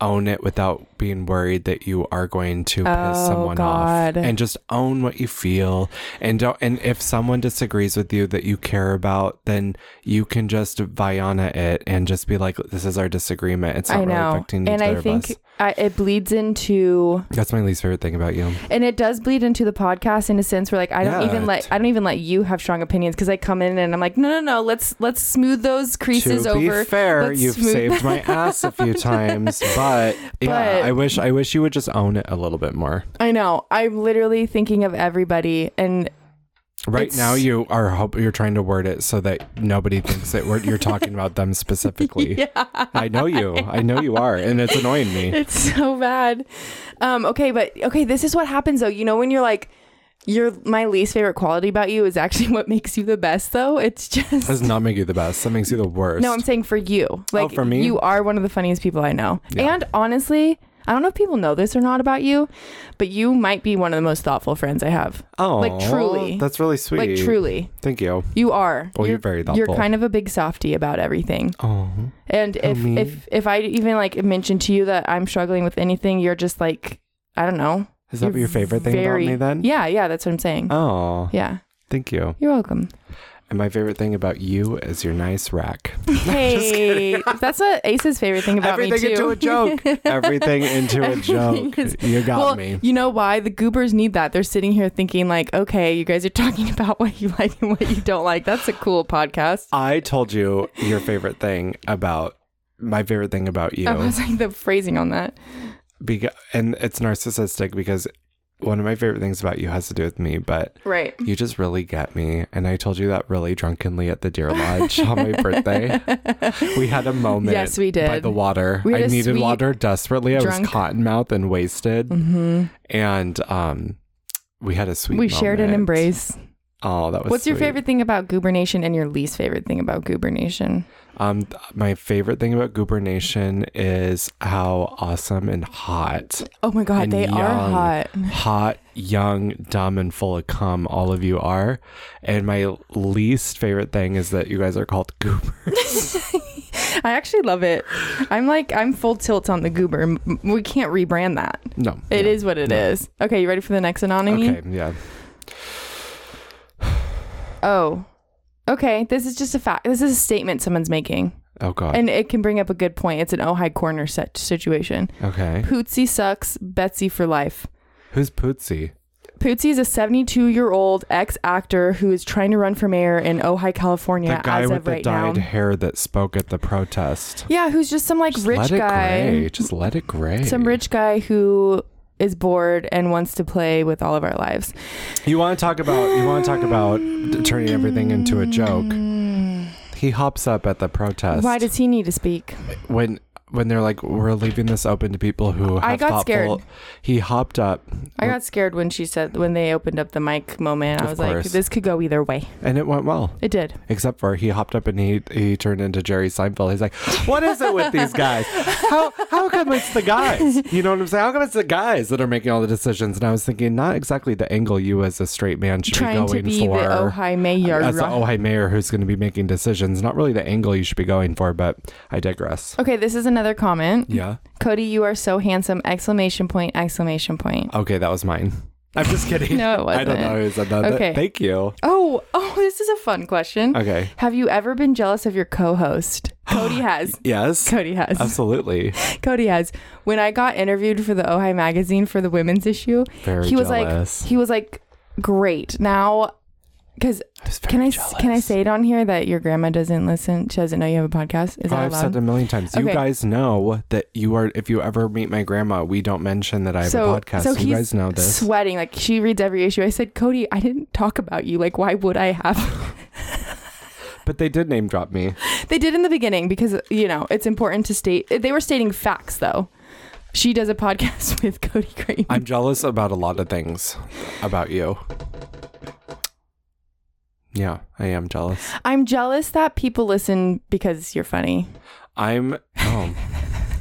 Speaker 2: own it without being worried that you are going to piss
Speaker 3: Oh,
Speaker 2: someone
Speaker 3: God.
Speaker 2: off and just own what you feel and don't and if someone disagrees with you that you care about then you can just viana it and just be like this is our disagreement it's not
Speaker 3: I
Speaker 2: really
Speaker 3: know,
Speaker 2: affecting
Speaker 3: and
Speaker 2: either
Speaker 3: I
Speaker 2: of us
Speaker 3: think I, it bleeds into,
Speaker 2: that's my least favorite thing about you
Speaker 3: and it does bleed into the podcast in a sense where like I don't
Speaker 2: Yeah,
Speaker 3: even let
Speaker 2: it-
Speaker 3: I don't even let you have strong opinions because I come in and I'm like, no, no, no, let's let's smooth those creases
Speaker 2: to
Speaker 3: over.
Speaker 2: be fair,
Speaker 3: Let's
Speaker 2: you've
Speaker 3: smooth-
Speaker 2: saved my ass a few times, but yeah,
Speaker 3: But-
Speaker 2: I wish I wish you would just own it a little bit more.
Speaker 3: I know. I'm literally thinking of everybody, and
Speaker 2: Right
Speaker 3: It's-
Speaker 2: now, you are hope you're trying to word it so that nobody thinks that we're, you're talking about them specifically. I know you. I know you are, and it's annoying me.
Speaker 3: it's so bad. Um, okay, but okay, this is what happens though. You know, when you're like, you're my least favorite quality about you is actually what makes you the best, though. It's just
Speaker 2: Does not make you the best. That makes you the worst.
Speaker 3: no. I'm saying for you, like
Speaker 2: Oh, for me?
Speaker 3: you are one of the funniest people I know. And honestly, I don't know if people know this or not about you, but you might be one of the most thoughtful friends I have.
Speaker 2: oh,
Speaker 3: like, truly.
Speaker 2: that's really sweet.
Speaker 3: Like truly,
Speaker 2: Thank you.
Speaker 3: you are.
Speaker 2: Well, you're very thoughtful.
Speaker 3: You're kind of a big softie about everything.
Speaker 2: Oh,
Speaker 3: And if
Speaker 2: mean.
Speaker 3: if if I even like mention to you that I'm struggling with anything, you're just like, I don't know.
Speaker 2: is that
Speaker 3: You're
Speaker 2: your favorite thing
Speaker 3: very-
Speaker 2: about me then?
Speaker 3: Yeah, yeah, that's what I'm saying.
Speaker 2: Oh,
Speaker 3: yeah,
Speaker 2: thank you.
Speaker 3: you're welcome.
Speaker 2: And my favorite thing about you is your nice rack.
Speaker 3: Hey, that's what Ace's favorite thing about
Speaker 2: Everything
Speaker 3: me
Speaker 2: into
Speaker 3: too.
Speaker 2: a joke. Everything into a joke.
Speaker 3: Everything is-
Speaker 2: you got
Speaker 3: well,
Speaker 2: me.
Speaker 3: you know why the goobers need that? They're sitting here thinking like, okay, you guys are talking about what you like and what you don't like. That's a cool podcast.
Speaker 2: I told you your favorite thing about my favorite thing about you
Speaker 3: I was like the phrasing on that.
Speaker 2: because and it's narcissistic because one of my favorite things about you has to do with me, but
Speaker 3: Right.
Speaker 2: you just really get me. And I told you that really drunkenly at the Deer Lodge on my birthday. We had a moment.
Speaker 3: Yes,
Speaker 2: By
Speaker 3: we did.
Speaker 2: the water.
Speaker 3: We had
Speaker 2: I
Speaker 3: a
Speaker 2: needed
Speaker 3: sweet
Speaker 2: water desperately. I
Speaker 3: drunk-
Speaker 2: was cotton mouth and wasted.
Speaker 3: hmm
Speaker 2: And um, we had a sweet
Speaker 3: We shared an
Speaker 2: moment.
Speaker 3: embrace.
Speaker 2: Oh, that was
Speaker 3: What's your
Speaker 2: sweet.
Speaker 3: favorite thing about Goober Nation and your least favorite thing about Goober Nation?
Speaker 2: Um, th- my favorite thing about Goober Nation is how awesome and hot,
Speaker 3: Oh my God,
Speaker 2: And
Speaker 3: they
Speaker 2: young.
Speaker 3: are hot.
Speaker 2: hot, young, dumb, and full of cum all of you are. And my least favorite thing is that you guys are called goobers.
Speaker 3: I actually love it. I'm like, I'm full tilt on the Goober. M- We can't rebrand that.
Speaker 2: no,
Speaker 3: It is what it is. Okay, you ready for the next anonymous?
Speaker 2: Okay, yeah.
Speaker 3: Oh. Okay, this is just a fact. This is a statement someone's making,
Speaker 2: Oh god.
Speaker 3: and it can bring up a good point. It's an oh high corner set situation.
Speaker 2: okay.
Speaker 3: Pootsie sucks, Betsy for life.
Speaker 2: Who's Pootsy?
Speaker 3: Pootsie is a 72 year old ex actor who is trying to run for mayor in Ojai, California
Speaker 2: the guy
Speaker 3: as
Speaker 2: with
Speaker 3: of
Speaker 2: the
Speaker 3: right now.
Speaker 2: dyed hair that spoke at the protest.
Speaker 3: Yeah, who's just some like
Speaker 2: Just
Speaker 3: rich
Speaker 2: let it
Speaker 3: guy.
Speaker 2: gray. Just let it gray.
Speaker 3: Some rich guy who is bored and wants to play with all of our lives.
Speaker 2: You want to talk about? You want to talk about d- turning everything into
Speaker 3: Mm.
Speaker 2: a joke? He hops up at the protest.
Speaker 3: Why does he need to speak?
Speaker 2: when when they're like, we're leaving this open to people who have
Speaker 3: I got
Speaker 2: thoughtful.
Speaker 3: scared.
Speaker 2: He hopped up,
Speaker 3: I got scared when she said when they opened up the mic moment. I
Speaker 2: Of
Speaker 3: was like,
Speaker 2: course.
Speaker 3: this could go either way.
Speaker 2: and it went well.
Speaker 3: It did.
Speaker 2: Except for he hopped up and he he turned into Jerry Seinfeld. He's like, "What is it with these guys? How how come it's the guys? You know what I'm saying? How come it's the guys that are making all the decisions?" And I was thinking, not exactly the angle you as a straight man should
Speaker 3: Trying
Speaker 2: be
Speaker 3: to
Speaker 2: going
Speaker 3: be
Speaker 2: for
Speaker 3: the Ojai mayor.
Speaker 2: as the Ojai mayor who's going to be making decisions. Not really the angle you should be going for, but I digress.
Speaker 3: okay, this is another comment.
Speaker 2: Yeah.
Speaker 3: Cody, you are so handsome! Exclamation point! Exclamation point!
Speaker 2: Okay, that was mine. I'm just kidding.
Speaker 3: No, it
Speaker 2: I don't know who said that.
Speaker 3: Okay.
Speaker 2: Thank you.
Speaker 3: Oh, oh, this is a fun question.
Speaker 2: Okay.
Speaker 3: Have you ever been jealous of your co-host? Cody has.
Speaker 2: Yes.
Speaker 3: Cody has.
Speaker 2: Absolutely.
Speaker 3: Cody has. When I got interviewed for the Ojai magazine for the women's issue,
Speaker 2: Very
Speaker 3: he was
Speaker 2: jealous.
Speaker 3: like, he was like, great. Now, because
Speaker 2: I was very
Speaker 3: can I s-
Speaker 2: jealous.
Speaker 3: can I say it on here that your grandma doesn't listen? She doesn't know you have a podcast. Is
Speaker 2: Oh,
Speaker 3: that
Speaker 2: I've
Speaker 3: allowed?
Speaker 2: said it a million times. You
Speaker 3: Okay.
Speaker 2: guys know that you are. If you ever meet my grandma, we don't mention that I have
Speaker 3: so,
Speaker 2: a podcast.
Speaker 3: so
Speaker 2: you
Speaker 3: he's
Speaker 2: guys know this.
Speaker 3: sweating. Like she reads every issue. I said, Cody, I didn't talk about you. Like, why would I have?
Speaker 2: but they did name drop me.
Speaker 3: They did in the beginning because you know it's important to state. They were stating facts though. She does a podcast with Cody Green.
Speaker 2: I'm jealous about a lot of things about you. Yeah, I am jealous.
Speaker 3: I'm jealous that people listen because you're funny.
Speaker 2: I'm. Oh,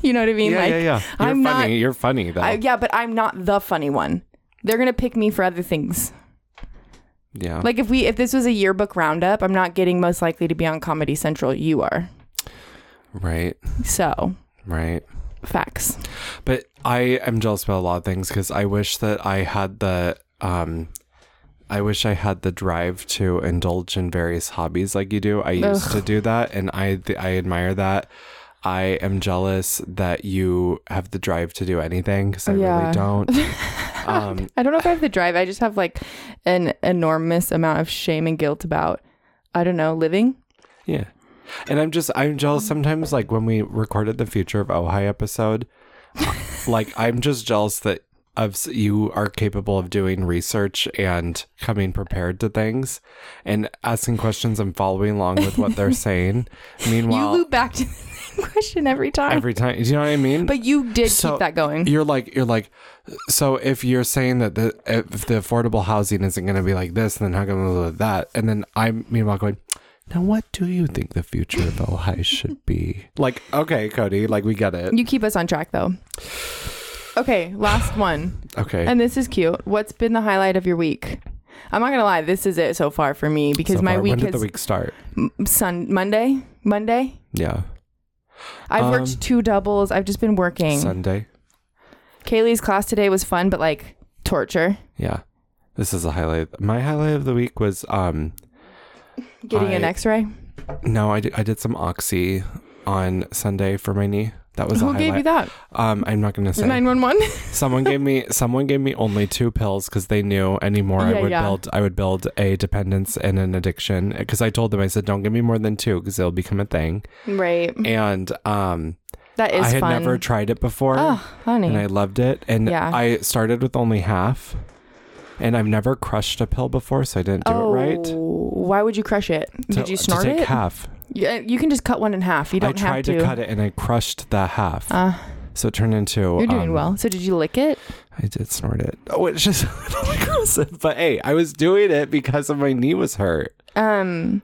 Speaker 3: You know what I mean?
Speaker 2: yeah,
Speaker 3: like,
Speaker 2: yeah, yeah. You're
Speaker 3: I'm
Speaker 2: funny.
Speaker 3: not-
Speaker 2: You're funny though.
Speaker 3: I, yeah, but I'm not the funny one. They're gonna pick me for other things.
Speaker 2: yeah.
Speaker 3: Like if we if this was a yearbook roundup, I'm not getting most likely to be on Comedy Central. You are.
Speaker 2: right.
Speaker 3: So
Speaker 2: Right.
Speaker 3: facts.
Speaker 2: But I am jealous about a lot of things because I wish that I had the um I wish I had the drive to indulge in various hobbies like you do. I used to do that and I I admire that. I am jealous that you have the drive to do anything because I
Speaker 3: Yeah.
Speaker 2: really don't. Um,
Speaker 3: I don't know if I have the drive. I just have like an enormous amount of shame and guilt about I don't know living.
Speaker 2: yeah. And I'm just, I'm
Speaker 3: Oh.
Speaker 2: jealous sometimes, like when we recorded the Future of Ojai episode, like I'm just jealous that of s- you are capable of doing research and coming prepared to things and asking questions and following along with what they're saying. Meanwhile,
Speaker 3: you loop back to the same question every time.
Speaker 2: every time, do you know what I mean?
Speaker 3: but you did
Speaker 2: So-
Speaker 3: keep that going.
Speaker 2: you're like you're like so if you're saying that the if the affordable housing isn't going to be like this then how come blah, blah, blah, that and then i'm meanwhile going now what do you think the future of Ojai should be like okay cody like we get it
Speaker 3: You keep us on track though. Okay, last one.
Speaker 2: okay
Speaker 3: And this is cute. What's been the highlight of your week? I'm not gonna lie, this is it so far for me because
Speaker 2: So
Speaker 3: my
Speaker 2: far,
Speaker 3: week
Speaker 2: when did
Speaker 3: has
Speaker 2: the week start
Speaker 3: Sun Monday. Monday.
Speaker 2: yeah
Speaker 3: I've
Speaker 2: Um,
Speaker 3: worked two doubles. I've just been working.
Speaker 2: sunday
Speaker 3: Kaylee's class today was fun, but like torture.
Speaker 2: yeah this is a highlight my highlight of the week was um
Speaker 3: Getting an
Speaker 2: I-
Speaker 3: X-ray.
Speaker 2: no i did, I did some oxy on sunday for my knee that was a
Speaker 3: Who
Speaker 2: highlight
Speaker 3: gave you that?
Speaker 2: um i'm not going to say
Speaker 3: Nine one one.
Speaker 2: Someone gave me someone gave me only two pills because they knew anymore
Speaker 3: Yeah,
Speaker 2: I would
Speaker 3: yeah.
Speaker 2: build I would build a dependence and an addiction because I told them I said don't give me more than two because it'll become a thing
Speaker 3: Right.
Speaker 2: and um
Speaker 3: That is
Speaker 2: I had
Speaker 3: fun.
Speaker 2: never tried it before
Speaker 3: oh,
Speaker 2: and I
Speaker 3: honey.
Speaker 2: loved it and
Speaker 3: Yeah.
Speaker 2: I started with only half and I've never crushed a pill before so I didn't do
Speaker 3: oh,
Speaker 2: it right.
Speaker 3: why would you crush it? Did
Speaker 2: To-
Speaker 3: you snort
Speaker 2: to take
Speaker 3: it?
Speaker 2: half?
Speaker 3: Yeah, you can just cut one in half. You
Speaker 2: I
Speaker 3: don't have
Speaker 2: tried
Speaker 3: to.
Speaker 2: to cut it and I crushed the half,
Speaker 3: Uh,
Speaker 2: so it turned into.
Speaker 3: you're doing
Speaker 2: um,
Speaker 3: well. So did you lick it?
Speaker 2: I did snort it. Oh, it's just a little aggressive. But hey, I was doing it because of my knee was hurt.
Speaker 3: Um,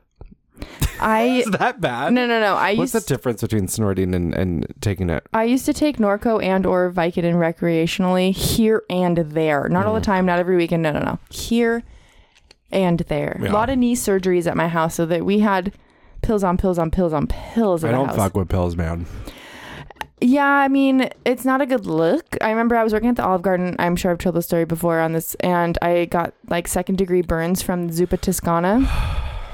Speaker 3: I
Speaker 2: Is that bad?
Speaker 3: no no no. I
Speaker 2: What's
Speaker 3: used
Speaker 2: the difference between snorting and, and taking it?
Speaker 3: I used to take Norco and or Vicodin recreationally here and there. Not all the
Speaker 2: Mm.
Speaker 3: time, not every weekend. No, no, no. Here and there.
Speaker 2: Yeah.
Speaker 3: A lot of knee surgeries at my house, so that we had pills on pills on pills on pills. At
Speaker 2: I
Speaker 3: the
Speaker 2: don't
Speaker 3: house.
Speaker 2: fuck with pills, man.
Speaker 3: Yeah, I mean, it's not a good look. I remember I was working at the Olive Garden. I'm sure I've told the story before on this, and I got like second degree burns from Zuppa Toscana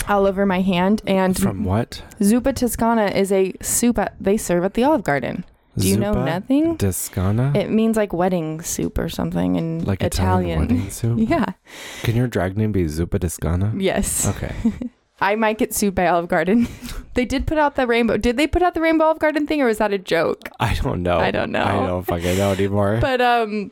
Speaker 3: all over my hand. And
Speaker 2: From what?
Speaker 3: Zuppa Toscana is a soup at, they serve at the Olive Garden. Do you know
Speaker 2: Zuppa
Speaker 3: nothing?
Speaker 2: Discana?
Speaker 3: It means like wedding soup or something in
Speaker 2: like Italian.
Speaker 3: Italian.
Speaker 2: wedding soup?
Speaker 3: yeah.
Speaker 2: Can your drag name be Zuppa Discana?
Speaker 3: Yes.
Speaker 2: Okay.
Speaker 3: I might get sued by Olive Garden. they did put out the rainbow. Did they put out the rainbow Olive Garden thing or was that a joke?
Speaker 2: I don't know.
Speaker 3: I don't know.
Speaker 2: I don't fucking know anymore.
Speaker 3: But um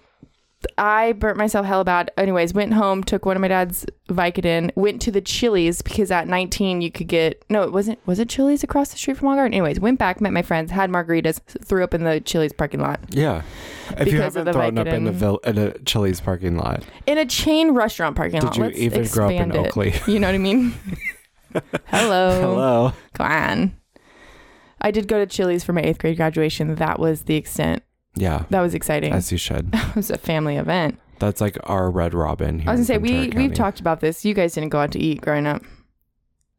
Speaker 3: I burnt myself hella bad. Anyways, went home, took one of my dad's Vicodin, went to the Chili's because at 19 you could get no, it wasn't. Was it Chili's across the street from Wall Garden? Anyways, went back, met my friends, had margaritas, threw up in the Chili's parking lot
Speaker 2: Yeah. If you
Speaker 3: Because
Speaker 2: haven't
Speaker 3: of the
Speaker 2: thrown up in a,
Speaker 3: Vicodin.
Speaker 2: vil- in a Chili's parking lot,
Speaker 3: in a chain restaurant parking lot.
Speaker 2: did you
Speaker 3: Let's
Speaker 2: even grow up in
Speaker 3: expand it. Oh.
Speaker 2: Oakley?
Speaker 3: You know what I mean? Hello.
Speaker 2: Hello.
Speaker 3: Come on. I did go to Chili's for my eighth grade graduation. That was the extent.
Speaker 2: Yeah.
Speaker 3: That was exciting.
Speaker 2: As you should.
Speaker 3: it was a family event.
Speaker 2: That's like our Red Robin. Here
Speaker 3: I was
Speaker 2: in
Speaker 3: gonna say we
Speaker 2: Ventura
Speaker 3: we've
Speaker 2: County.
Speaker 3: talked about this. You guys didn't go out to eat growing up.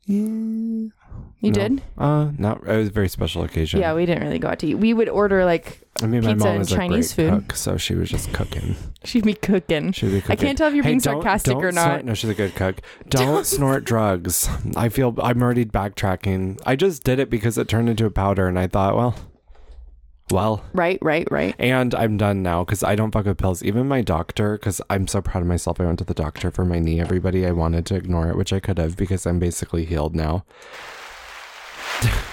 Speaker 2: You
Speaker 3: You did?
Speaker 2: Uh, not. It was a very special occasion.
Speaker 3: Yeah, we didn't really go out to eat. We would order like
Speaker 2: I mean, my
Speaker 3: pizza
Speaker 2: mom
Speaker 3: and
Speaker 2: was a
Speaker 3: Chinese
Speaker 2: great
Speaker 3: food.
Speaker 2: cook, so she was just cooking.
Speaker 3: she'd be cooking.
Speaker 2: She would be
Speaker 3: I
Speaker 2: cooking.
Speaker 3: can't tell if you're
Speaker 2: Hey,
Speaker 3: being
Speaker 2: don't-
Speaker 3: sarcastic
Speaker 2: don't
Speaker 3: or not.
Speaker 2: Snort, no, she's a good cook. Don't, snort drugs. I feel I'm already backtracking. I just did it because it turned into a powder, and I thought, well, well.
Speaker 3: Right, right, right.
Speaker 2: And I'm done now because I don't fuck with pills. Even my doctor, because I'm so proud of myself. I went to the doctor for my knee. Everybody, I wanted to ignore it, which I could have because I'm basically healed now.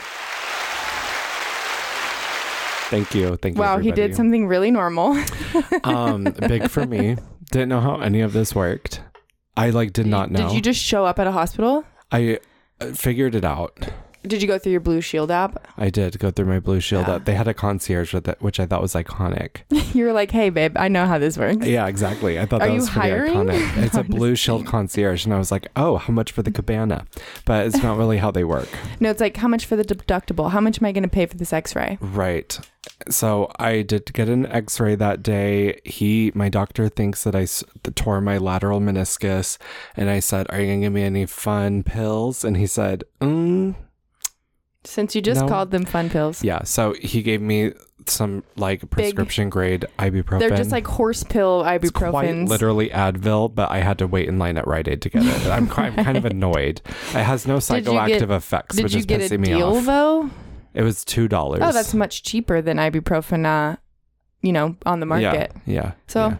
Speaker 2: Thank you. Thank you.
Speaker 3: Wow, he
Speaker 2: everybody.
Speaker 3: did something really normal.
Speaker 2: um big for me didn't know how any of this worked i like did not know
Speaker 3: Did you just show up at a hospital?
Speaker 2: i uh, figured it out
Speaker 3: Did you go through your Blue Shield app?
Speaker 2: i did go through my blue shield
Speaker 3: Yeah.
Speaker 2: app. they had a concierge with it which i thought was iconic
Speaker 3: You were like, "Hey, babe, I know how this works."
Speaker 2: yeah exactly i thought
Speaker 3: Are
Speaker 2: that
Speaker 3: you
Speaker 2: was pretty
Speaker 3: hiring?
Speaker 2: iconic it's
Speaker 3: No,
Speaker 2: a
Speaker 3: I'm just
Speaker 2: blue shield concierge and i was like oh how much for the cabana but it's not really how they work
Speaker 3: No, it's like, how much for the deductible? How much am I going to pay for this X-ray?
Speaker 2: Right. So I did get an X-ray that day. He, my doctor, thinks that I s- tore my lateral meniscus, and I said, "Are you gonna give me any fun pills?" And he said, mm,
Speaker 3: Since you just
Speaker 2: No.
Speaker 3: called them fun pills,
Speaker 2: "Yeah." So he gave me some like prescription grade ibuprofen.
Speaker 3: they're just like horse pill
Speaker 2: It's quite
Speaker 3: ibuprofens.
Speaker 2: literally Advil, but I had to wait in line at Rite Aid to get it. I'm, ki- I'm kind of annoyed. It has no
Speaker 3: Did you get-
Speaker 2: psychoactive effects,
Speaker 3: Did
Speaker 2: which
Speaker 3: you
Speaker 2: is
Speaker 3: get a
Speaker 2: pissing me
Speaker 3: deal
Speaker 2: off.
Speaker 3: though?
Speaker 2: it was two dollars.
Speaker 3: Oh, that's much cheaper than ibuprofen. Uh, you know, on the market.
Speaker 2: Yeah. yeah
Speaker 3: So-
Speaker 2: yeah.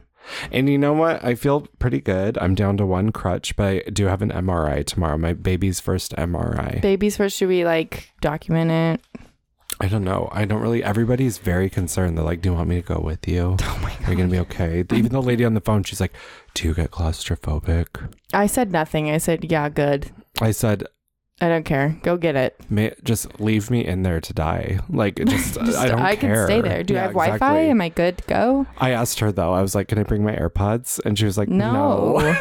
Speaker 2: And you know what? I feel pretty good. I'm down to one crutch, but I do have an MRI tomorrow. My baby's first MRI.
Speaker 3: Babies first. Should we like document it?
Speaker 2: I don't know. I don't really. Everybody's very concerned. They're like, "Do you want me to go with you?
Speaker 3: Oh my
Speaker 2: Are you gonna be okay?" Even the lady on the phone, she's like, "Do you get claustrophobic?"
Speaker 3: I said nothing. I said, yeah, good.
Speaker 2: I said,
Speaker 3: I don't care. Go get it.
Speaker 2: May, "Just leave me in there to die. Like, it just,
Speaker 3: Just-
Speaker 2: I don't care."
Speaker 3: can stay there. Do I
Speaker 2: Yeah,
Speaker 3: have Wi-Fi?
Speaker 2: exactly.
Speaker 3: Am I good to go?
Speaker 2: I asked her though. I was like, "Can I bring my AirPods?" And she was like,
Speaker 3: No.
Speaker 2: "No."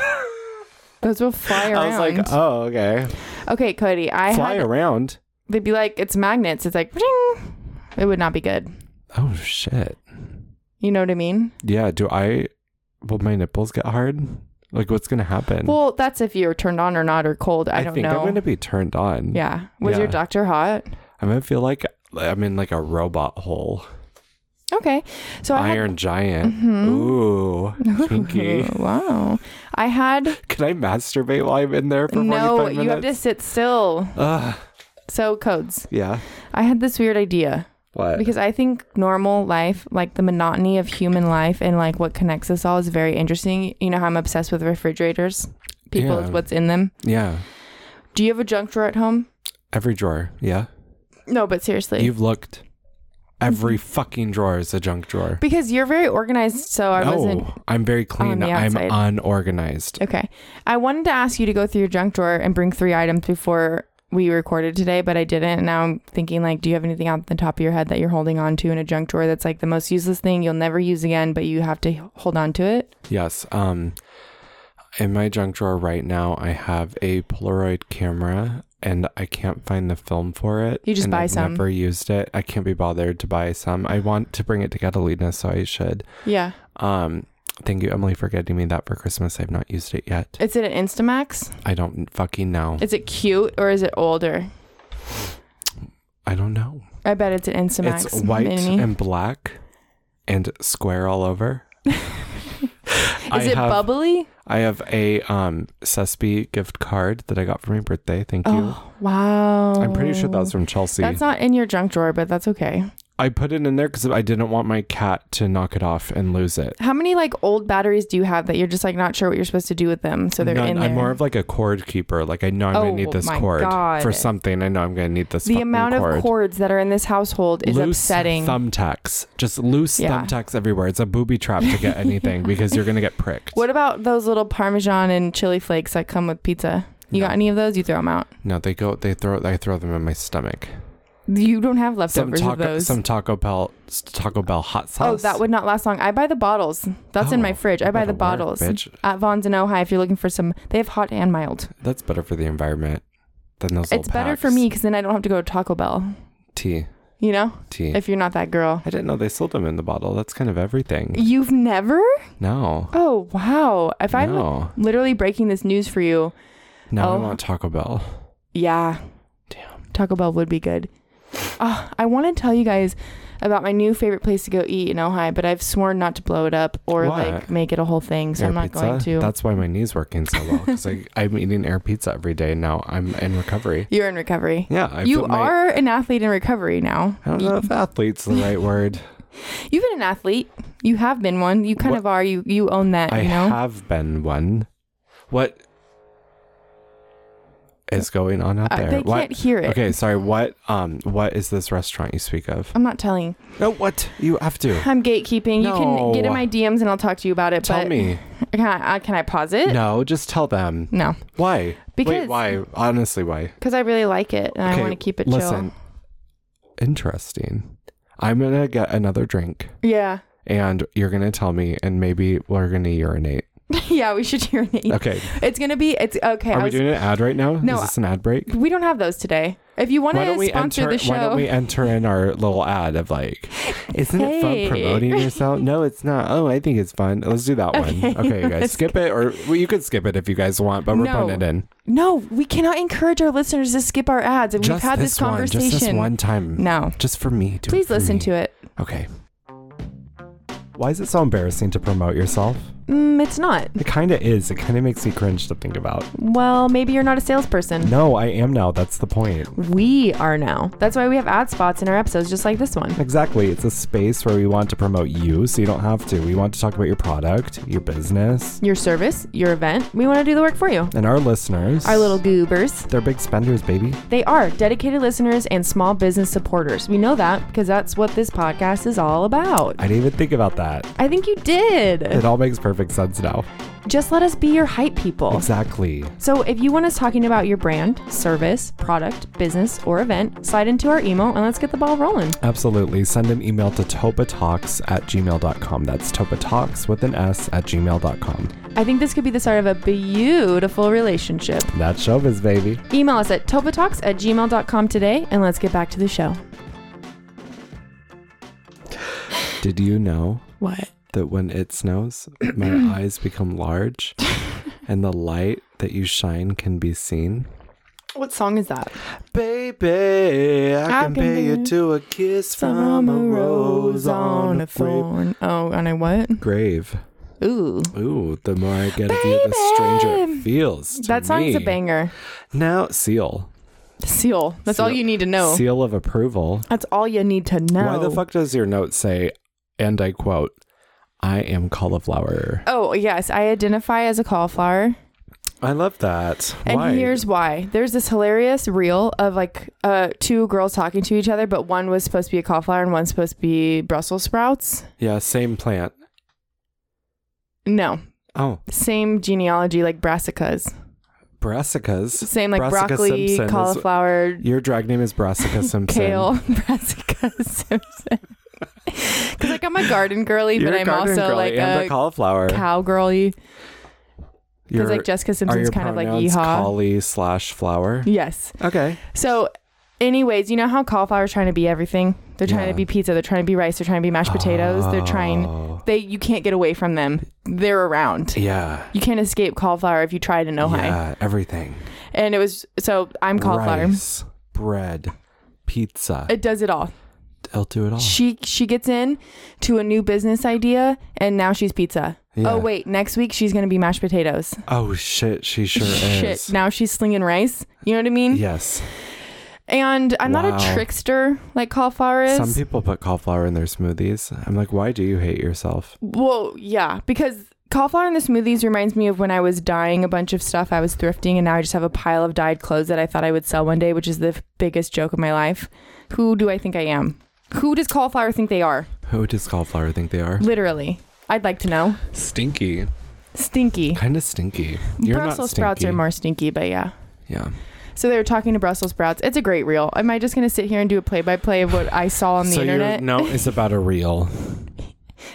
Speaker 3: Those will fly
Speaker 2: I
Speaker 3: around.
Speaker 2: was like, "Oh, okay."
Speaker 3: okay, Cody. I
Speaker 2: Fly
Speaker 3: had,
Speaker 2: around.
Speaker 3: they'd be like, it's magnets. It's like, "Pshing." it would not be good.
Speaker 2: Oh shit.
Speaker 3: You know what I mean?
Speaker 2: Yeah, do I will my nipples get hard? Like what's gonna happen?
Speaker 3: Well, that's if you're turned on or not or cold. I, don't
Speaker 2: Mm. think
Speaker 3: know.
Speaker 2: I'm gonna be turned on.
Speaker 3: yeah. Was your
Speaker 2: Yeah.
Speaker 3: doctor hot?
Speaker 2: I'm gonna feel like I'm in like a robot hole.
Speaker 3: Okay. So I Mm-hmm.
Speaker 2: Iron giant. Ooh.
Speaker 3: had,
Speaker 2: Kinky.
Speaker 3: wow. I had
Speaker 2: Can I masturbate while I'm in there for 45
Speaker 3: no.
Speaker 2: minutes?
Speaker 3: You have to sit still.
Speaker 2: Ugh,
Speaker 3: So codes.
Speaker 2: yeah.
Speaker 3: I had this weird idea.
Speaker 2: What?
Speaker 3: Because I think normal life, like the monotony of human life and like what connects us all is very interesting. You know how I'm obsessed with refrigerators? People,
Speaker 2: Yeah.
Speaker 3: what's in them.
Speaker 2: yeah.
Speaker 3: Do you have a junk drawer at home?
Speaker 2: Every drawer. Yeah.
Speaker 3: No, but seriously.
Speaker 2: You've looked. Every
Speaker 3: Mm-hmm.
Speaker 2: fucking drawer is a junk drawer.
Speaker 3: because you're very organized, so I wasn't.
Speaker 2: No, I'm very clean.
Speaker 3: the
Speaker 2: I'm
Speaker 3: outside.
Speaker 2: unorganized.
Speaker 3: Okay. I wanted to ask you to go through your junk drawer and bring three items before we recorded today, but I didn't. And now I'm thinking, like, do you have anything out the top of your head that you're holding on to in a junk drawer that's like the most useless thing you'll never use again, but you have to h- hold on to it?
Speaker 2: Yes. Um, in my junk drawer right now, I have a Polaroid camera, and I can't find the film for it.
Speaker 3: You just
Speaker 2: and
Speaker 3: buy
Speaker 2: I've
Speaker 3: some.
Speaker 2: Never used it. I can't be bothered to buy some. I want to bring it to Catalina, so I should.
Speaker 3: Yeah.
Speaker 2: Um, thank you, Emily, for getting me that for Christmas. I've not used it yet.
Speaker 3: Is it an Instamax?
Speaker 2: I don't fucking know.
Speaker 3: Is it cute or is it older?
Speaker 2: I don't know.
Speaker 3: I bet it's an Instamax.
Speaker 2: it's white
Speaker 3: Mini.
Speaker 2: and black, and square all over. I
Speaker 3: Is it
Speaker 2: have-
Speaker 3: bubbly?
Speaker 2: I have a um Sespe gift card that I got for my birthday. Thank you.
Speaker 3: Oh, wow. Oh.
Speaker 2: I'm pretty sure that was from Chelsea.
Speaker 3: That's not in your junk drawer, but that's okay.
Speaker 2: I put it in there because I didn't want my cat to knock it off and lose it.
Speaker 3: How many like old batteries do you have that you're just like not sure what you're supposed to do with them? So they're
Speaker 2: None-
Speaker 3: in there.
Speaker 2: I'm more of like a cord keeper. Like I know I'm
Speaker 3: Oh,
Speaker 2: gonna need this
Speaker 3: my
Speaker 2: cord
Speaker 3: God.
Speaker 2: for something. I know I'm gonna need this.
Speaker 3: the
Speaker 2: fucking
Speaker 3: amount
Speaker 2: cord.
Speaker 3: of cords that are in this household is
Speaker 2: loose
Speaker 3: upsetting.
Speaker 2: thumbtacks, just loose
Speaker 3: Yeah.
Speaker 2: thumbtacks everywhere. It's a booby trap to get anything because you're gonna get pricked.
Speaker 3: what about those little Parmesan and chili flakes that come with pizza? You
Speaker 2: No.
Speaker 3: got any of those? You throw them out.
Speaker 2: No, they go. They throw. I throw them in my stomach.
Speaker 3: You don't have
Speaker 2: Some
Speaker 3: leftovers of
Speaker 2: taco.
Speaker 3: those.
Speaker 2: Some Taco Bell. Taco Bell hot
Speaker 3: Oh,
Speaker 2: sauce.
Speaker 3: that would not last long. I buy the bottles. That's in my
Speaker 2: Oh,
Speaker 3: fridge. I
Speaker 2: you
Speaker 3: buy the
Speaker 2: better work,
Speaker 3: bottles
Speaker 2: bitch.
Speaker 3: at Vaughn's in Ojai. If you're looking for some, they have hot and mild.
Speaker 2: That's better for the environment than those.
Speaker 3: it's
Speaker 2: little
Speaker 3: better for
Speaker 2: packs.
Speaker 3: me because then I don't have to go to Taco Bell.
Speaker 2: Tea.
Speaker 3: You know,
Speaker 2: Tea.
Speaker 3: if you're not that girl,
Speaker 2: I didn't know they sold them in the bottle. That's kind of everything.
Speaker 3: you've never.
Speaker 2: No.
Speaker 3: Oh wow! If I'm
Speaker 2: No.
Speaker 3: literally breaking this news for you,
Speaker 2: Now I
Speaker 3: Oh.
Speaker 2: want Taco Bell.
Speaker 3: yeah,
Speaker 2: Damn.
Speaker 3: Taco Bell would be good. Ah, I want to tell you guys about my new favorite place to go eat in Ojai, but I've sworn not to blow it up or
Speaker 2: What?
Speaker 3: like make it a whole thing, so
Speaker 2: air
Speaker 3: I'm not
Speaker 2: pizza.
Speaker 3: going to.
Speaker 2: That's why my knee's working so well because I'm eating air pizza every day and now. I'm in recovery.
Speaker 3: You're in recovery.
Speaker 2: Yeah, I
Speaker 3: you
Speaker 2: put my-
Speaker 3: are an athlete in recovery now.
Speaker 2: I don't know if athlete's the right word.
Speaker 3: You've been an athlete. You have been one. You kind
Speaker 2: What-
Speaker 3: of are. You you own that.
Speaker 2: I
Speaker 3: you know.
Speaker 2: have been one. What is going on out
Speaker 3: Uh,
Speaker 2: there?
Speaker 3: they
Speaker 2: what?
Speaker 3: can't hear it.
Speaker 2: Okay, sorry. What um what is this restaurant you speak of?
Speaker 3: I'm not telling.
Speaker 2: No, what? You have to.
Speaker 3: I'm gatekeeping. You can get in
Speaker 2: No.
Speaker 3: my DMs and I'll talk to you about it.
Speaker 2: Tell
Speaker 3: but
Speaker 2: me.
Speaker 3: Can I, I- can I pause it?
Speaker 2: No, just tell them.
Speaker 3: No,
Speaker 2: Why? Wait,
Speaker 3: Because-
Speaker 2: why? Honestly, why?
Speaker 3: because I really like it and I want to keep it
Speaker 2: Listen. Interesting. I'm gonna get another drink
Speaker 3: chill. Yeah.
Speaker 2: and you're gonna tell me and maybe we're gonna urinate.
Speaker 3: yeah, we should urinate.
Speaker 2: Okay.
Speaker 3: It's gonna be. It's okay.
Speaker 2: Are
Speaker 3: I
Speaker 2: we
Speaker 3: was,
Speaker 2: doing an ad right now?
Speaker 3: No,
Speaker 2: Is this an ad break?
Speaker 3: we don't have those today. If you want
Speaker 2: why don't
Speaker 3: to
Speaker 2: we
Speaker 3: sponsor
Speaker 2: enter?
Speaker 3: the show,
Speaker 2: Why don't we enter in our little ad of like, isn't it
Speaker 3: Hey.
Speaker 2: fun promoting yourself? No, it's not. Oh, I think it's fun. Let's do that one. Okay, you guys, skip it, or well, you could skip it if you guys want, but we're
Speaker 3: No.
Speaker 2: putting it in.
Speaker 3: no, we cannot encourage our listeners to skip our ads. And we've
Speaker 2: Just
Speaker 3: had this,
Speaker 2: this, one,
Speaker 3: conversation.
Speaker 2: just this one time.
Speaker 3: No.
Speaker 2: just for me. Do
Speaker 3: Please listen to it.
Speaker 2: Okay. Why is it so embarrassing to promote yourself?
Speaker 3: Mm, it's not.
Speaker 2: It kind of is. It kind of makes me cringe to think about.
Speaker 3: Well, maybe you're not a salesperson.
Speaker 2: No, I am now. That's the point.
Speaker 3: We are now. That's why we have ad spots in our episodes, just like this one.
Speaker 2: Exactly. It's a space where we want to promote you so you don't have to. We want to talk about your product, your business,
Speaker 3: Your service, your event, we want to do the work for you.
Speaker 2: and our listeners.
Speaker 3: Our little goobers,
Speaker 2: They're big spenders, baby.
Speaker 3: they are dedicated listeners and small business supporters. We know that because that's what this podcast is all about.
Speaker 2: I didn't even think about that.
Speaker 3: I think you did.
Speaker 2: It all makes perfect sense now.
Speaker 3: Just let us be your hype people.
Speaker 2: Exactly.
Speaker 3: So if you want us talking about your brand, service, product, business, or event, slide into our email and let's get the ball rolling.
Speaker 2: Absolutely. Send an email to topatalks at gmail.com. That's topatalks with an S at gmail.com.
Speaker 3: I think this could be the start of a beautiful relationship.
Speaker 2: That's showbiz, baby.
Speaker 3: Email us at topatalks at gmail.com today, and let's get back to the show.
Speaker 2: Did you know
Speaker 3: What?
Speaker 2: that when it snows, my eyes become large and the light that you shine can be seen?
Speaker 3: What song is that?
Speaker 2: Baby, I,
Speaker 3: can be-
Speaker 2: to a kiss grave.
Speaker 3: Oh, on a what?
Speaker 2: grave.
Speaker 3: Ooh.
Speaker 2: Ooh, the more I get of you, the stranger
Speaker 3: Baby.
Speaker 2: it feels. To
Speaker 3: That song's a
Speaker 2: me.
Speaker 3: banger.
Speaker 2: Now, seal.
Speaker 3: Seal. That's all
Speaker 2: Seal.
Speaker 3: you need to know.
Speaker 2: Seal of approval.
Speaker 3: That's all you need to know.
Speaker 2: Why the fuck does your note say, and I quote, I am cauliflower?
Speaker 3: Oh, yes. I identify as a cauliflower.
Speaker 2: I love that.
Speaker 3: And
Speaker 2: Why?
Speaker 3: here's why. There's this hilarious reel of like uh, two girls talking to each other, but one was supposed to be a cauliflower and one's supposed to be Brussels sprouts.
Speaker 2: Yeah, same plant.
Speaker 3: No.
Speaker 2: Oh,
Speaker 3: Same genealogy, like brassicas.
Speaker 2: brassicas.
Speaker 3: Same like
Speaker 2: Brassica
Speaker 3: broccoli,
Speaker 2: Simpson is-
Speaker 3: cauliflower,
Speaker 2: your drag name is Brassica Simpson.
Speaker 3: kale, brassica Simpson. Because like I'm a garden girly,
Speaker 2: You're
Speaker 3: but
Speaker 2: a
Speaker 3: I'm
Speaker 2: garden
Speaker 3: also
Speaker 2: girly
Speaker 3: like
Speaker 2: and
Speaker 3: a
Speaker 2: a cauliflower.
Speaker 3: cow girly.
Speaker 2: Your-
Speaker 3: Because like Jessica Simpson's
Speaker 2: your
Speaker 3: kind of like
Speaker 2: pronouns
Speaker 3: yeehaw.
Speaker 2: Collie slash flower.
Speaker 3: yes.
Speaker 2: Okay.
Speaker 3: So, anyways, you know how cauliflowers trying to be everything? They're trying
Speaker 2: Yeah.
Speaker 3: to be pizza. They're trying to be rice. They're trying to be mashed potatoes. They're trying.
Speaker 2: Oh.
Speaker 3: They you can't get away from them. They're around.
Speaker 2: Yeah.
Speaker 3: You can't escape cauliflower if you tried in Ojai.
Speaker 2: Yeah. Everything.
Speaker 3: And it was so I'm cauliflower.
Speaker 2: Rice, bread, pizza.
Speaker 3: It does it all.
Speaker 2: I'll do it all.
Speaker 3: she she gets in to a new business idea and now she's pizza.
Speaker 2: Yeah.
Speaker 3: Oh wait, next week she's gonna be mashed potatoes.
Speaker 2: Oh shit, she sure
Speaker 3: Shit,
Speaker 2: is.
Speaker 3: now she's slinging rice. You know what I mean?
Speaker 2: Yes.
Speaker 3: And I'm not
Speaker 2: Wow.
Speaker 3: a trickster like cauliflower is.
Speaker 2: Some people put cauliflower in their smoothies. I'm like, why do you hate yourself?
Speaker 3: Whoa, yeah, because cauliflower in the smoothies reminds me of when I was dyeing a bunch of stuff. I was thrifting, and now I just have a pile of dyed clothes that I thought I would sell one day, which is the f- biggest joke of my life. Who do I think I am? Who does cauliflower think they are?
Speaker 2: Who does cauliflower think they are?
Speaker 3: Literally, I'd like to know.
Speaker 2: Stinky.
Speaker 3: Stinky.
Speaker 2: Kind of stinky. You're not
Speaker 3: Brussels
Speaker 2: stinky.
Speaker 3: sprouts are more stinky, but yeah.
Speaker 2: Yeah.
Speaker 3: So they were talking to Brussels sprouts. It's a great reel. Am I just going to sit here and do a play-by-play of what I saw on the
Speaker 2: so
Speaker 3: internet
Speaker 2: you no, it's about a reel.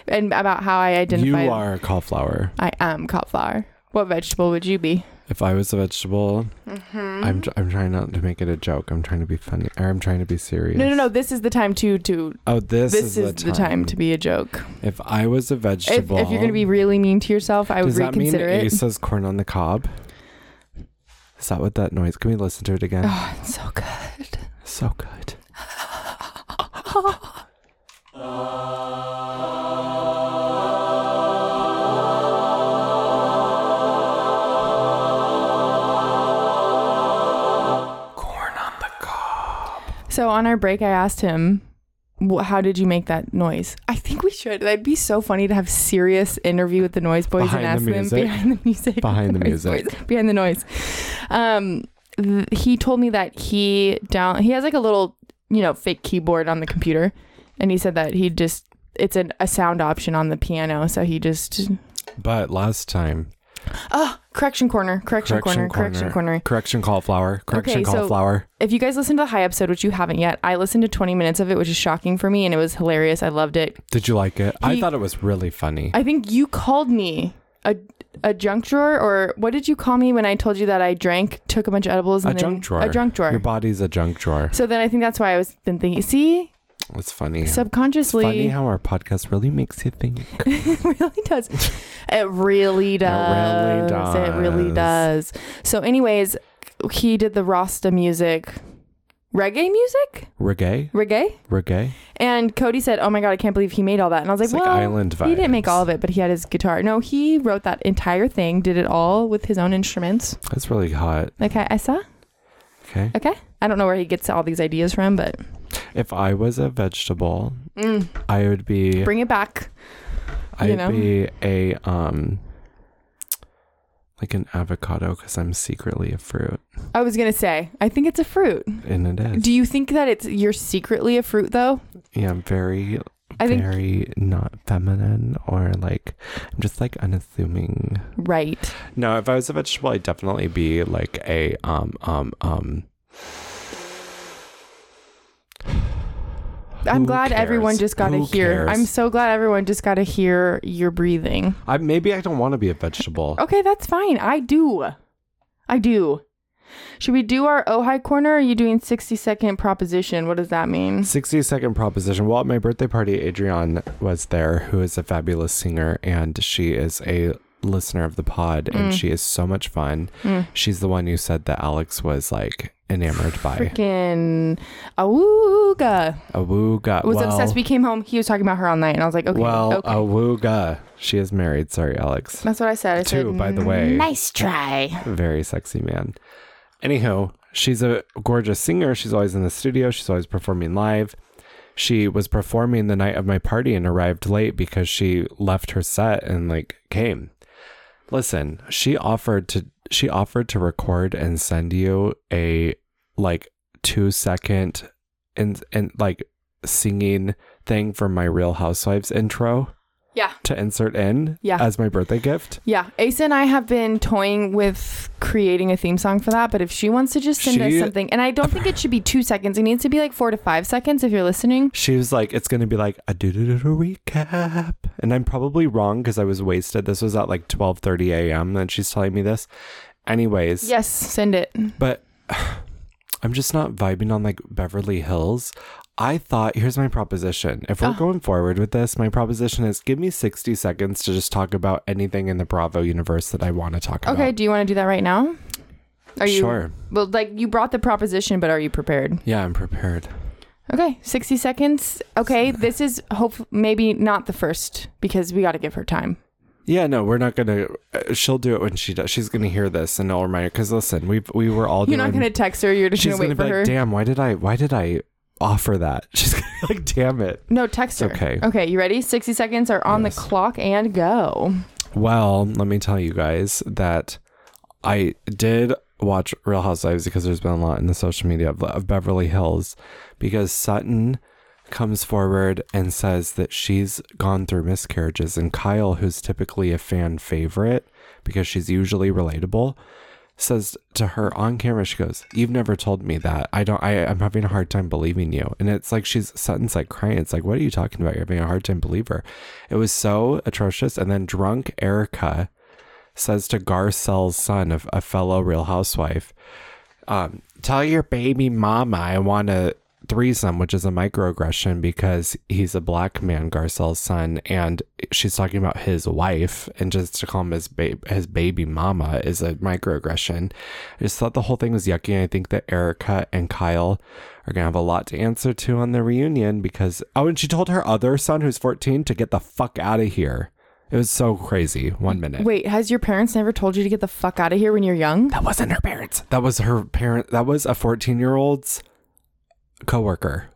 Speaker 3: and about how I
Speaker 2: you
Speaker 3: identify?
Speaker 2: are cauliflower.
Speaker 3: I am cauliflower. What vegetable would you be?
Speaker 2: If I was a vegetable, I'm tr- I'm trying not to make it a joke. I'm trying to be funny, or I'm trying to be serious.
Speaker 3: No, no, no. This is the time to to
Speaker 2: Oh, this,
Speaker 3: this,
Speaker 2: is,
Speaker 3: is, the, time to be a joke.
Speaker 2: If I was a
Speaker 3: If,
Speaker 2: vegetable,
Speaker 3: if you're going to be really mean to yourself, I would
Speaker 2: does that mean
Speaker 3: reconsider it.
Speaker 2: Asa's corn on the cob? Is that what that noise? Can we listen to it again?
Speaker 3: Oh, it's so good.
Speaker 2: So good. Corn on the cob.
Speaker 3: So on our break, I asked him, "Wh- "How did you make that noise?" I think we should. That'd be so funny to have serious interview with the Noise Boys
Speaker 2: Behind
Speaker 3: and
Speaker 2: the
Speaker 3: ask them
Speaker 2: music.
Speaker 3: behind the music,
Speaker 2: Behind the
Speaker 3: Noise
Speaker 2: music.
Speaker 3: Boys- behind the noise. Um, th- he told me that he down he has like a little you know fake keyboard on the computer, and he said that he just it's an, a sound option on the piano, so he just
Speaker 2: But last time,
Speaker 3: Oh, correction corner, correction, corner, correction corner.
Speaker 2: correction cauliflower, correction
Speaker 3: Okay, so-
Speaker 2: cauliflower.
Speaker 3: If you guys listen to the high episode, which you haven't yet, I listened to 20 minutes of it, which is shocking for me, and it was hilarious. I loved it.
Speaker 2: Did you like it? I
Speaker 3: He-
Speaker 2: thought it was really funny.
Speaker 3: I think you called me a a junk drawer, or what did you call me when I told you that I drank, took a bunch of edibles,
Speaker 2: a
Speaker 3: and then-
Speaker 2: junk drawer.
Speaker 3: a junk
Speaker 2: Your
Speaker 3: drawer.
Speaker 2: body's a junk drawer.
Speaker 3: So then I think that's why I was been thinking. See,
Speaker 2: It's funny.
Speaker 3: subconsciously,
Speaker 2: Funny how our podcast really makes you think.
Speaker 3: it really does. It really does. It really
Speaker 2: does.
Speaker 3: does. So, anyways, he did the Rasta music, reggae music,
Speaker 2: Reggae?
Speaker 3: reggae.
Speaker 2: Reggae?
Speaker 3: And Cody said, "Oh my god, I can't believe he made all that." And I was like,
Speaker 2: It's like
Speaker 3: "Well,
Speaker 2: island
Speaker 3: he didn't make
Speaker 2: vibes.
Speaker 3: all of it, but he had his guitar. No, he wrote that entire thing, did it all with his own instruments."
Speaker 2: That's really hot.
Speaker 3: Like I, I saw.
Speaker 2: Okay.
Speaker 3: Okay, I don't know where he gets all these ideas from, but
Speaker 2: If I was a vegetable,
Speaker 3: mm,
Speaker 2: I would be
Speaker 3: bring it back.
Speaker 2: I'd
Speaker 3: you know?
Speaker 2: be a um like an avocado cuz I'm secretly a fruit
Speaker 3: I was gonna say, I think it's a fruit.
Speaker 2: and it is.
Speaker 3: Do you think that it's you're secretly a fruit though?
Speaker 2: yeah, I'm very
Speaker 3: I think
Speaker 2: very not feminine or like I'm just like unassuming.
Speaker 3: right.
Speaker 2: No, if I was a vegetable, I'd definitely be like a um um um
Speaker 3: I'm
Speaker 2: Who
Speaker 3: glad
Speaker 2: cares?
Speaker 3: everyone just got to
Speaker 2: Who
Speaker 3: hear.
Speaker 2: cares?
Speaker 3: I'm so glad everyone just got to hear your breathing.
Speaker 2: I, maybe I don't want to be a vegetable.
Speaker 3: Okay, that's fine. I do. I do. Should we do our Ojai corner? Or are you doing 60 second proposition? What does that mean?
Speaker 2: 60 second proposition. Well, at my birthday party, Adrienne was there, who is a fabulous singer, and she is a listener of the pod,
Speaker 3: Mm.
Speaker 2: and she is so much fun. She's the one who said that Alex was like enamored by.
Speaker 3: Freaking Awooga.
Speaker 2: Awooga.
Speaker 3: Was
Speaker 2: well,
Speaker 3: obsessed. We came home. He was talking about her all night, and I was like, okay.
Speaker 2: Well, uh,
Speaker 3: okay.
Speaker 2: Awooga. She is married. Sorry, Alex.
Speaker 3: that's what I said. mm-hmm. I
Speaker 2: Two,
Speaker 3: said,
Speaker 2: by the way.
Speaker 3: Nice try.
Speaker 2: Very sexy man. Anywho, she's a gorgeous singer. She's always in the studio. She's always performing live. She was performing the night of my party and arrived late because she left her set and like came. Listen, she offered to she offered to record and send you a like 2 second and and like singing thing from my Real Housewives intro
Speaker 3: Yeah.
Speaker 2: to insert in
Speaker 3: Yeah.
Speaker 2: as my birthday gift.
Speaker 3: Yeah. Asa and I have been toying with creating a theme song for that, but if she wants to just send
Speaker 2: She-
Speaker 3: us something, and I don't think it should be two seconds, it needs to be like four to five seconds if you're listening.
Speaker 2: she was like, it's going to be like a do do do recap. And I'm probably wrong because I was wasted. This was at like 12.30 a.m. and she's telling me this. Anyways,
Speaker 3: Yes, send it.
Speaker 2: but I'm just not vibing on like Beverly Hills. I thought, here's my proposition. If
Speaker 3: Ah.
Speaker 2: we're going forward with this, my proposition is give me 60 seconds to just talk about anything in the Bravo universe that I want to talk
Speaker 3: Okay,
Speaker 2: about.
Speaker 3: do you want to do that right now? Are you
Speaker 2: Sure.
Speaker 3: Well, like you brought the proposition, but are you prepared?
Speaker 2: Yeah, I'm prepared.
Speaker 3: Okay, 60 seconds. Okay, this is hope maybe not the first because we got to give her time.
Speaker 2: Yeah, no, we're not gonna. uh, She'll do it when she does. She's gonna hear this, and I'll remind her. Because listen, we we were all. doing,
Speaker 3: You're not going to text her. You're just
Speaker 2: She's
Speaker 3: going to
Speaker 2: gonna
Speaker 3: wait
Speaker 2: be
Speaker 3: for
Speaker 2: like,
Speaker 3: her.
Speaker 2: "Damn, why did I? Why did I offer that?" She's gonna be like, "Damn it."
Speaker 3: No, text her.
Speaker 2: Okay.
Speaker 3: Okay, you ready? 60 seconds are on the clock and go.
Speaker 2: Well, let me tell you guys that I did watch Real Housewives because there's been a lot in the social media of, of Beverly Hills because Sutton comes forward and says that she's gone through miscarriages and Kyle who's typically a fan favorite because she's usually relatable says to her on camera she goes you've never told me that i don't I, i'm having a hard time believing you and it's like she's sutton's like crying it's like what are you talking about you're having a hard time believe her it was so atrocious and then drunk erica says to garcelle's son of a fellow real housewife um, tell your baby mama i want a threesome which is a microaggression because he's a black man garcelle's son and she's talking about his wife and just to call him his, ba- his baby mama is a microaggression i just thought the whole thing was yucky and i think that erica and kyle are gonna have a lot to answer to on the reunion because oh and she told her other son who's 14 to get the fuck out of here it was so crazy one minute
Speaker 3: Wait, has your parents never told you to get the fuck out of here when you're young?
Speaker 2: that wasn't her parents. That was her parent. That was a 14 year old's coworker.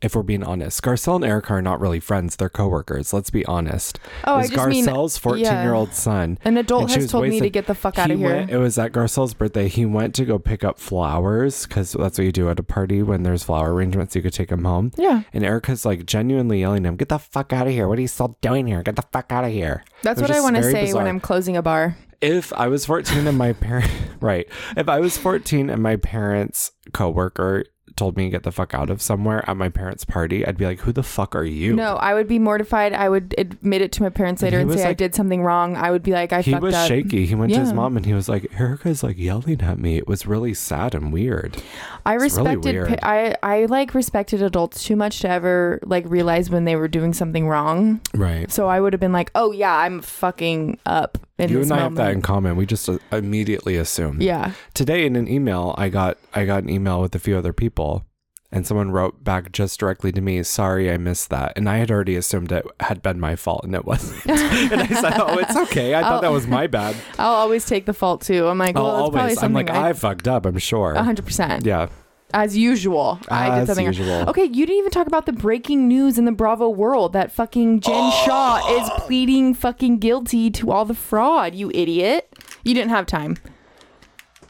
Speaker 2: If we're being honest, Garcelle and Erica are not really friends. They're coworkers. Let's be honest.
Speaker 3: Oh,
Speaker 2: it
Speaker 3: I
Speaker 2: was
Speaker 3: just mean-
Speaker 2: Garcelle's 14 year old son.
Speaker 3: An adult
Speaker 2: and she
Speaker 3: has
Speaker 2: was
Speaker 3: told me to
Speaker 2: wasted.
Speaker 3: get the fuck outta
Speaker 2: He
Speaker 3: here.
Speaker 2: went- it was at Garcelle's birthday. He went to go pick up flowers because that's what you do at a party when there's flower arrangements. You could take them home.
Speaker 3: Yeah.
Speaker 2: And Erica's like genuinely yelling at him, "Get the fuck out of here! What are you still doing here? Get the fuck out of here!"
Speaker 3: That's
Speaker 2: It was
Speaker 3: what I
Speaker 2: just
Speaker 3: want to
Speaker 2: very
Speaker 3: say
Speaker 2: bizarre
Speaker 3: when I'm closing a bar.
Speaker 2: if I was 14 and my parent right, if I was 14 and my parents coworker told me to get the fuck out of somewhere at my parents' party, I'd be like, "Who the fuck are you?"
Speaker 3: No, I would be mortified. I would admit it to my parents later
Speaker 2: he
Speaker 3: and
Speaker 2: was
Speaker 3: say I
Speaker 2: like-
Speaker 3: did something wrong. I would be like, I
Speaker 2: he
Speaker 3: fucked
Speaker 2: was
Speaker 3: up.
Speaker 2: shaky. He went to his
Speaker 3: Yeah.
Speaker 2: mom and he was like, "Erica's like yelling at me." It was really sad and weird.
Speaker 3: I
Speaker 2: It's really
Speaker 3: respected.
Speaker 2: weird.
Speaker 3: pa- I I like respected adults too much to ever like realize when they were doing something wrong.
Speaker 2: Right.
Speaker 3: So I would have been like, oh yeah, I'm fucking up in
Speaker 2: you
Speaker 3: this
Speaker 2: and I have
Speaker 3: moment.
Speaker 2: that in common. We just uh, immediately assume.
Speaker 3: yeah.
Speaker 2: today in an email i got i got an email with a few other people and someone wrote back just directly to me sorry i missed that and i had already assumed it had been my fault and it wasn't and i said oh it's okay i thought that was my bad
Speaker 3: I'll always take the fault too. I'm like,
Speaker 2: oh
Speaker 3: Oh. well, it's probably
Speaker 2: always i'm
Speaker 3: something
Speaker 2: like
Speaker 3: I
Speaker 2: i fucked up i'm sure
Speaker 3: 100%.
Speaker 2: yeah
Speaker 3: As usual, I did
Speaker 2: As
Speaker 3: something. wrong.
Speaker 2: usual.
Speaker 3: Okay, you didn't even talk about the breaking news in the Bravo world that fucking Jen
Speaker 2: Oh.
Speaker 3: Shaw is pleading fucking guilty to all the fraud. You idiot! You didn't have time.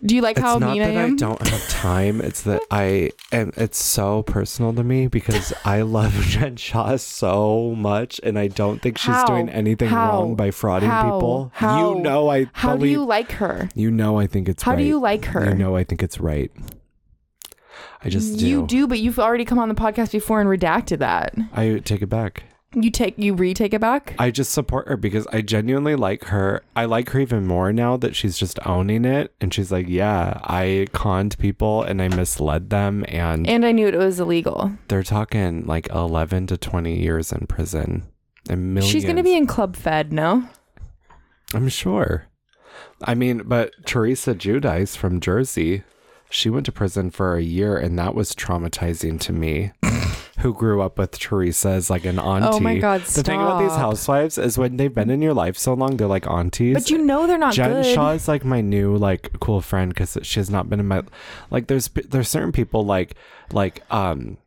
Speaker 3: Do you like how
Speaker 2: it's not
Speaker 3: mean I
Speaker 2: that I,
Speaker 3: am?
Speaker 2: don't have time. It's that I am. It's so personal to me because I love Jen Shaw so much, and I don't think she's
Speaker 3: How?
Speaker 2: doing anything
Speaker 3: How?
Speaker 2: wrong by frauding
Speaker 3: How?
Speaker 2: people.
Speaker 3: How?
Speaker 2: You know, I
Speaker 3: How do
Speaker 2: believe.
Speaker 3: you like her?
Speaker 2: You know, I think it's
Speaker 3: How
Speaker 2: right.
Speaker 3: do you like her?
Speaker 2: You know, I think it's right. I just do.
Speaker 3: You do, but you've already come on the podcast before and redacted that.
Speaker 2: I take it back.
Speaker 3: You take, you retake it back.
Speaker 2: I just support her because I genuinely like her. I like her even more now that she's just owning it and she's like, yeah, I conned people and I misled them and,
Speaker 3: and I knew it was illegal.
Speaker 2: they're talking like 11 to 20 years in prison. And millions.
Speaker 3: She's gonna be in Club Fed, no?
Speaker 2: I'm sure. I mean, but Teresa Judice from Jersey, she went to prison for a year, and that was traumatizing to me, who grew up with Teresa as like an auntie.
Speaker 3: Oh my God,
Speaker 2: The thing about these
Speaker 3: stop.
Speaker 2: housewives is when they've been in your life so long, they're like aunties.
Speaker 3: But you know they're not
Speaker 2: Jen
Speaker 3: good.
Speaker 2: Shaw is like my new like cool friend because she has not been in my like. There's there's certain people like like um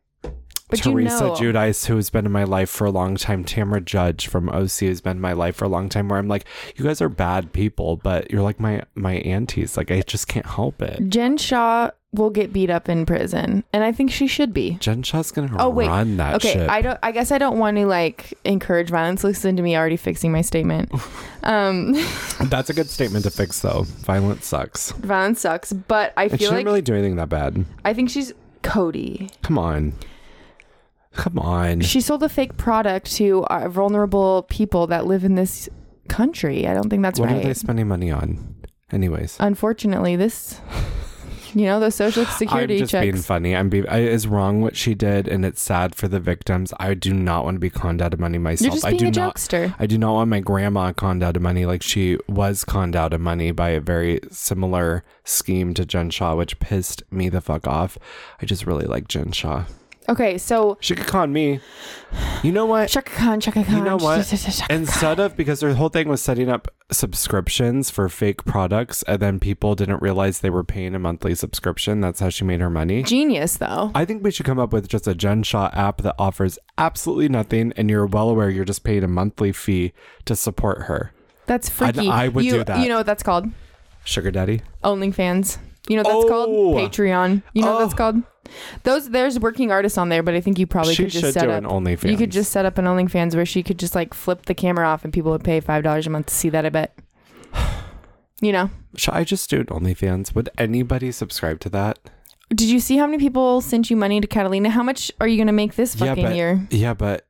Speaker 3: But you
Speaker 2: Teresa
Speaker 3: know-
Speaker 2: Judice, who's been in my life for a long time, Tamara Judge from OC, who's been in my life for a long time, where I'm like, you guys are bad people, but you're like my my aunties. Like I just can't help it.
Speaker 3: Jen Shaw will get beat up in prison, and I think she should be.
Speaker 2: Jen Shaw's gonna
Speaker 3: Oh wait,
Speaker 2: run that
Speaker 3: okay.
Speaker 2: ship.
Speaker 3: I don't. I guess I don't want to like encourage violence. Listen to me already fixing my statement. um,
Speaker 2: That's a good statement to fix, though. Violence sucks,
Speaker 3: violence sucks, but I
Speaker 2: and she
Speaker 3: feel
Speaker 2: didn't
Speaker 3: like
Speaker 2: really do anything that bad.
Speaker 3: I think she's Cody.
Speaker 2: Come on, come on.
Speaker 3: She sold a fake product to uh, vulnerable people that live in this country. I don't think that's
Speaker 2: what
Speaker 3: right.
Speaker 2: are they spending money on? Anyways,
Speaker 3: Unfortunately, this, you know, those social
Speaker 2: I'm
Speaker 3: security
Speaker 2: just
Speaker 3: checks.
Speaker 2: being funny. I'm be- I, it's wrong what she did, and it's sad for the victims. I do not want to be conned out of money myself.
Speaker 3: You're just
Speaker 2: I
Speaker 3: being
Speaker 2: do
Speaker 3: a
Speaker 2: not.
Speaker 3: jokester.
Speaker 2: I do not want my grandma conned out of money like she was conned out of money by a very similar scheme to Jen Shaw, which pissed me the fuck off. I just really like Jen Shaw.
Speaker 3: Okay, so
Speaker 2: She could con me. You know what?
Speaker 3: Shaka Khan, Shaka Khan.
Speaker 2: You know what?
Speaker 3: Shaka
Speaker 2: Instead of because their whole thing was setting up subscriptions for fake products, and then people didn't realize they were paying a monthly subscription. That's how she made her money.
Speaker 3: Khan. Genius though.
Speaker 2: I think we should come up with just a GenShot app that offers absolutely nothing, and you're well aware you're just paying a monthly fee to support her.
Speaker 3: That's freaky.
Speaker 2: I would
Speaker 3: you,
Speaker 2: do that.
Speaker 3: You know what that's called?
Speaker 2: Sugar Daddy.
Speaker 3: OnlyFans. You know what that's
Speaker 2: Oh.
Speaker 3: called? Patreon. You know what that's
Speaker 2: Oh.
Speaker 3: called? Those there's working artists on there, but I think you probably
Speaker 2: She
Speaker 3: Oh, could just
Speaker 2: should
Speaker 3: set
Speaker 2: do
Speaker 3: up
Speaker 2: an OnlyFans.
Speaker 3: You could just set up an OnlyFans where she could just like flip the camera off and people would pay five dollars a month to see that. I bet. You know?
Speaker 2: Should I just do an OnlyFans? Would anybody subscribe to that?
Speaker 3: Did you see how many people sent you money to Catalina? How much are you gonna make this fucking
Speaker 2: yeah, but
Speaker 3: year?
Speaker 2: yeah, but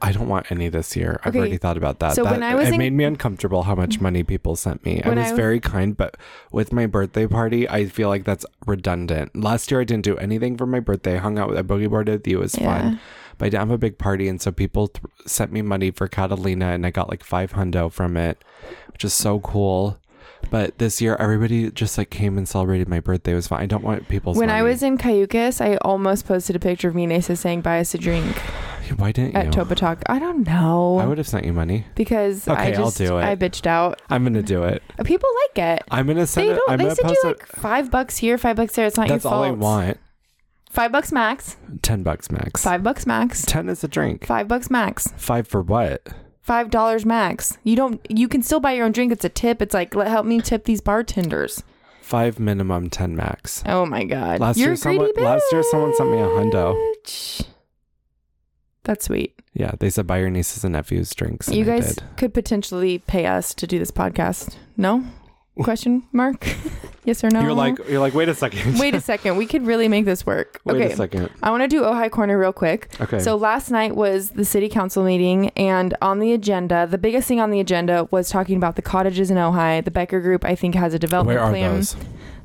Speaker 2: I don't want any this year. I've
Speaker 3: Okay,
Speaker 2: already thought about that.
Speaker 3: so
Speaker 2: That-
Speaker 3: when I was
Speaker 2: it
Speaker 3: in-
Speaker 2: made me uncomfortable how much money people sent me. I
Speaker 3: When
Speaker 2: was
Speaker 3: I-
Speaker 2: very kind, but with my birthday party, I feel like that's redundant. Last year, I didn't do anything for my birthday. I hung out with I boogie boarded with you. It was
Speaker 3: Yeah.
Speaker 2: fun, but I didn't have a big party, and so people th- sent me money for Catalina, and I got like five hundo from it, which is so cool. But this year, everybody just like came and celebrated my birthday. It was fun. I don't want people's.
Speaker 3: When I
Speaker 2: money.
Speaker 3: was in Cayucas, I almost posted a picture of me and Asa saying, "Buy us a drink."
Speaker 2: why didn't you?
Speaker 3: at Topa Talk. I don't know
Speaker 2: I would have sent you money.
Speaker 3: because I
Speaker 2: Okay, I'll
Speaker 3: just
Speaker 2: do it.
Speaker 3: I bitched out.
Speaker 2: I'm gonna do it.
Speaker 3: Uh, People like it.
Speaker 2: I'm gonna
Speaker 3: They
Speaker 2: send it.
Speaker 3: don't.
Speaker 2: I'm
Speaker 3: they
Speaker 2: gonna
Speaker 3: send you
Speaker 2: post
Speaker 3: like
Speaker 2: it.
Speaker 3: five bucks here, five bucks there. It's not
Speaker 2: That's
Speaker 3: your
Speaker 2: all
Speaker 3: fault.
Speaker 2: I want.
Speaker 3: Five bucks max.
Speaker 2: Ten bucks max.
Speaker 3: Five bucks max.
Speaker 2: Ten is a drink.
Speaker 3: Five bucks max.
Speaker 2: Five for what?
Speaker 3: Five dollars max. You don't. You can still buy your own drink. It's a tip. It's like let help me tip these bartenders.
Speaker 2: Five minimum. Ten max.
Speaker 3: Oh my god.
Speaker 2: Last
Speaker 3: You're
Speaker 2: year
Speaker 3: a greedy
Speaker 2: someone- last year someone sent me a hundo.
Speaker 3: bitch. That's sweet.
Speaker 2: Yeah, they said buy your nieces and nephews drinks. and
Speaker 3: you
Speaker 2: I
Speaker 3: guys
Speaker 2: did.
Speaker 3: could potentially pay us to do this podcast. No? Question mark? yes or no?
Speaker 2: You're like you're like wait a second.
Speaker 3: Wait a second. We could really make this work.
Speaker 2: Wait
Speaker 3: okay.
Speaker 2: a second.
Speaker 3: I want to do Ojai Corner real quick.
Speaker 2: Okay.
Speaker 3: So last night was the city council meeting, and on the agenda, the biggest thing on the agenda was talking about the cottages in Ojai. The Becker Group, I think, has a development
Speaker 2: Where are
Speaker 3: plan.
Speaker 2: those?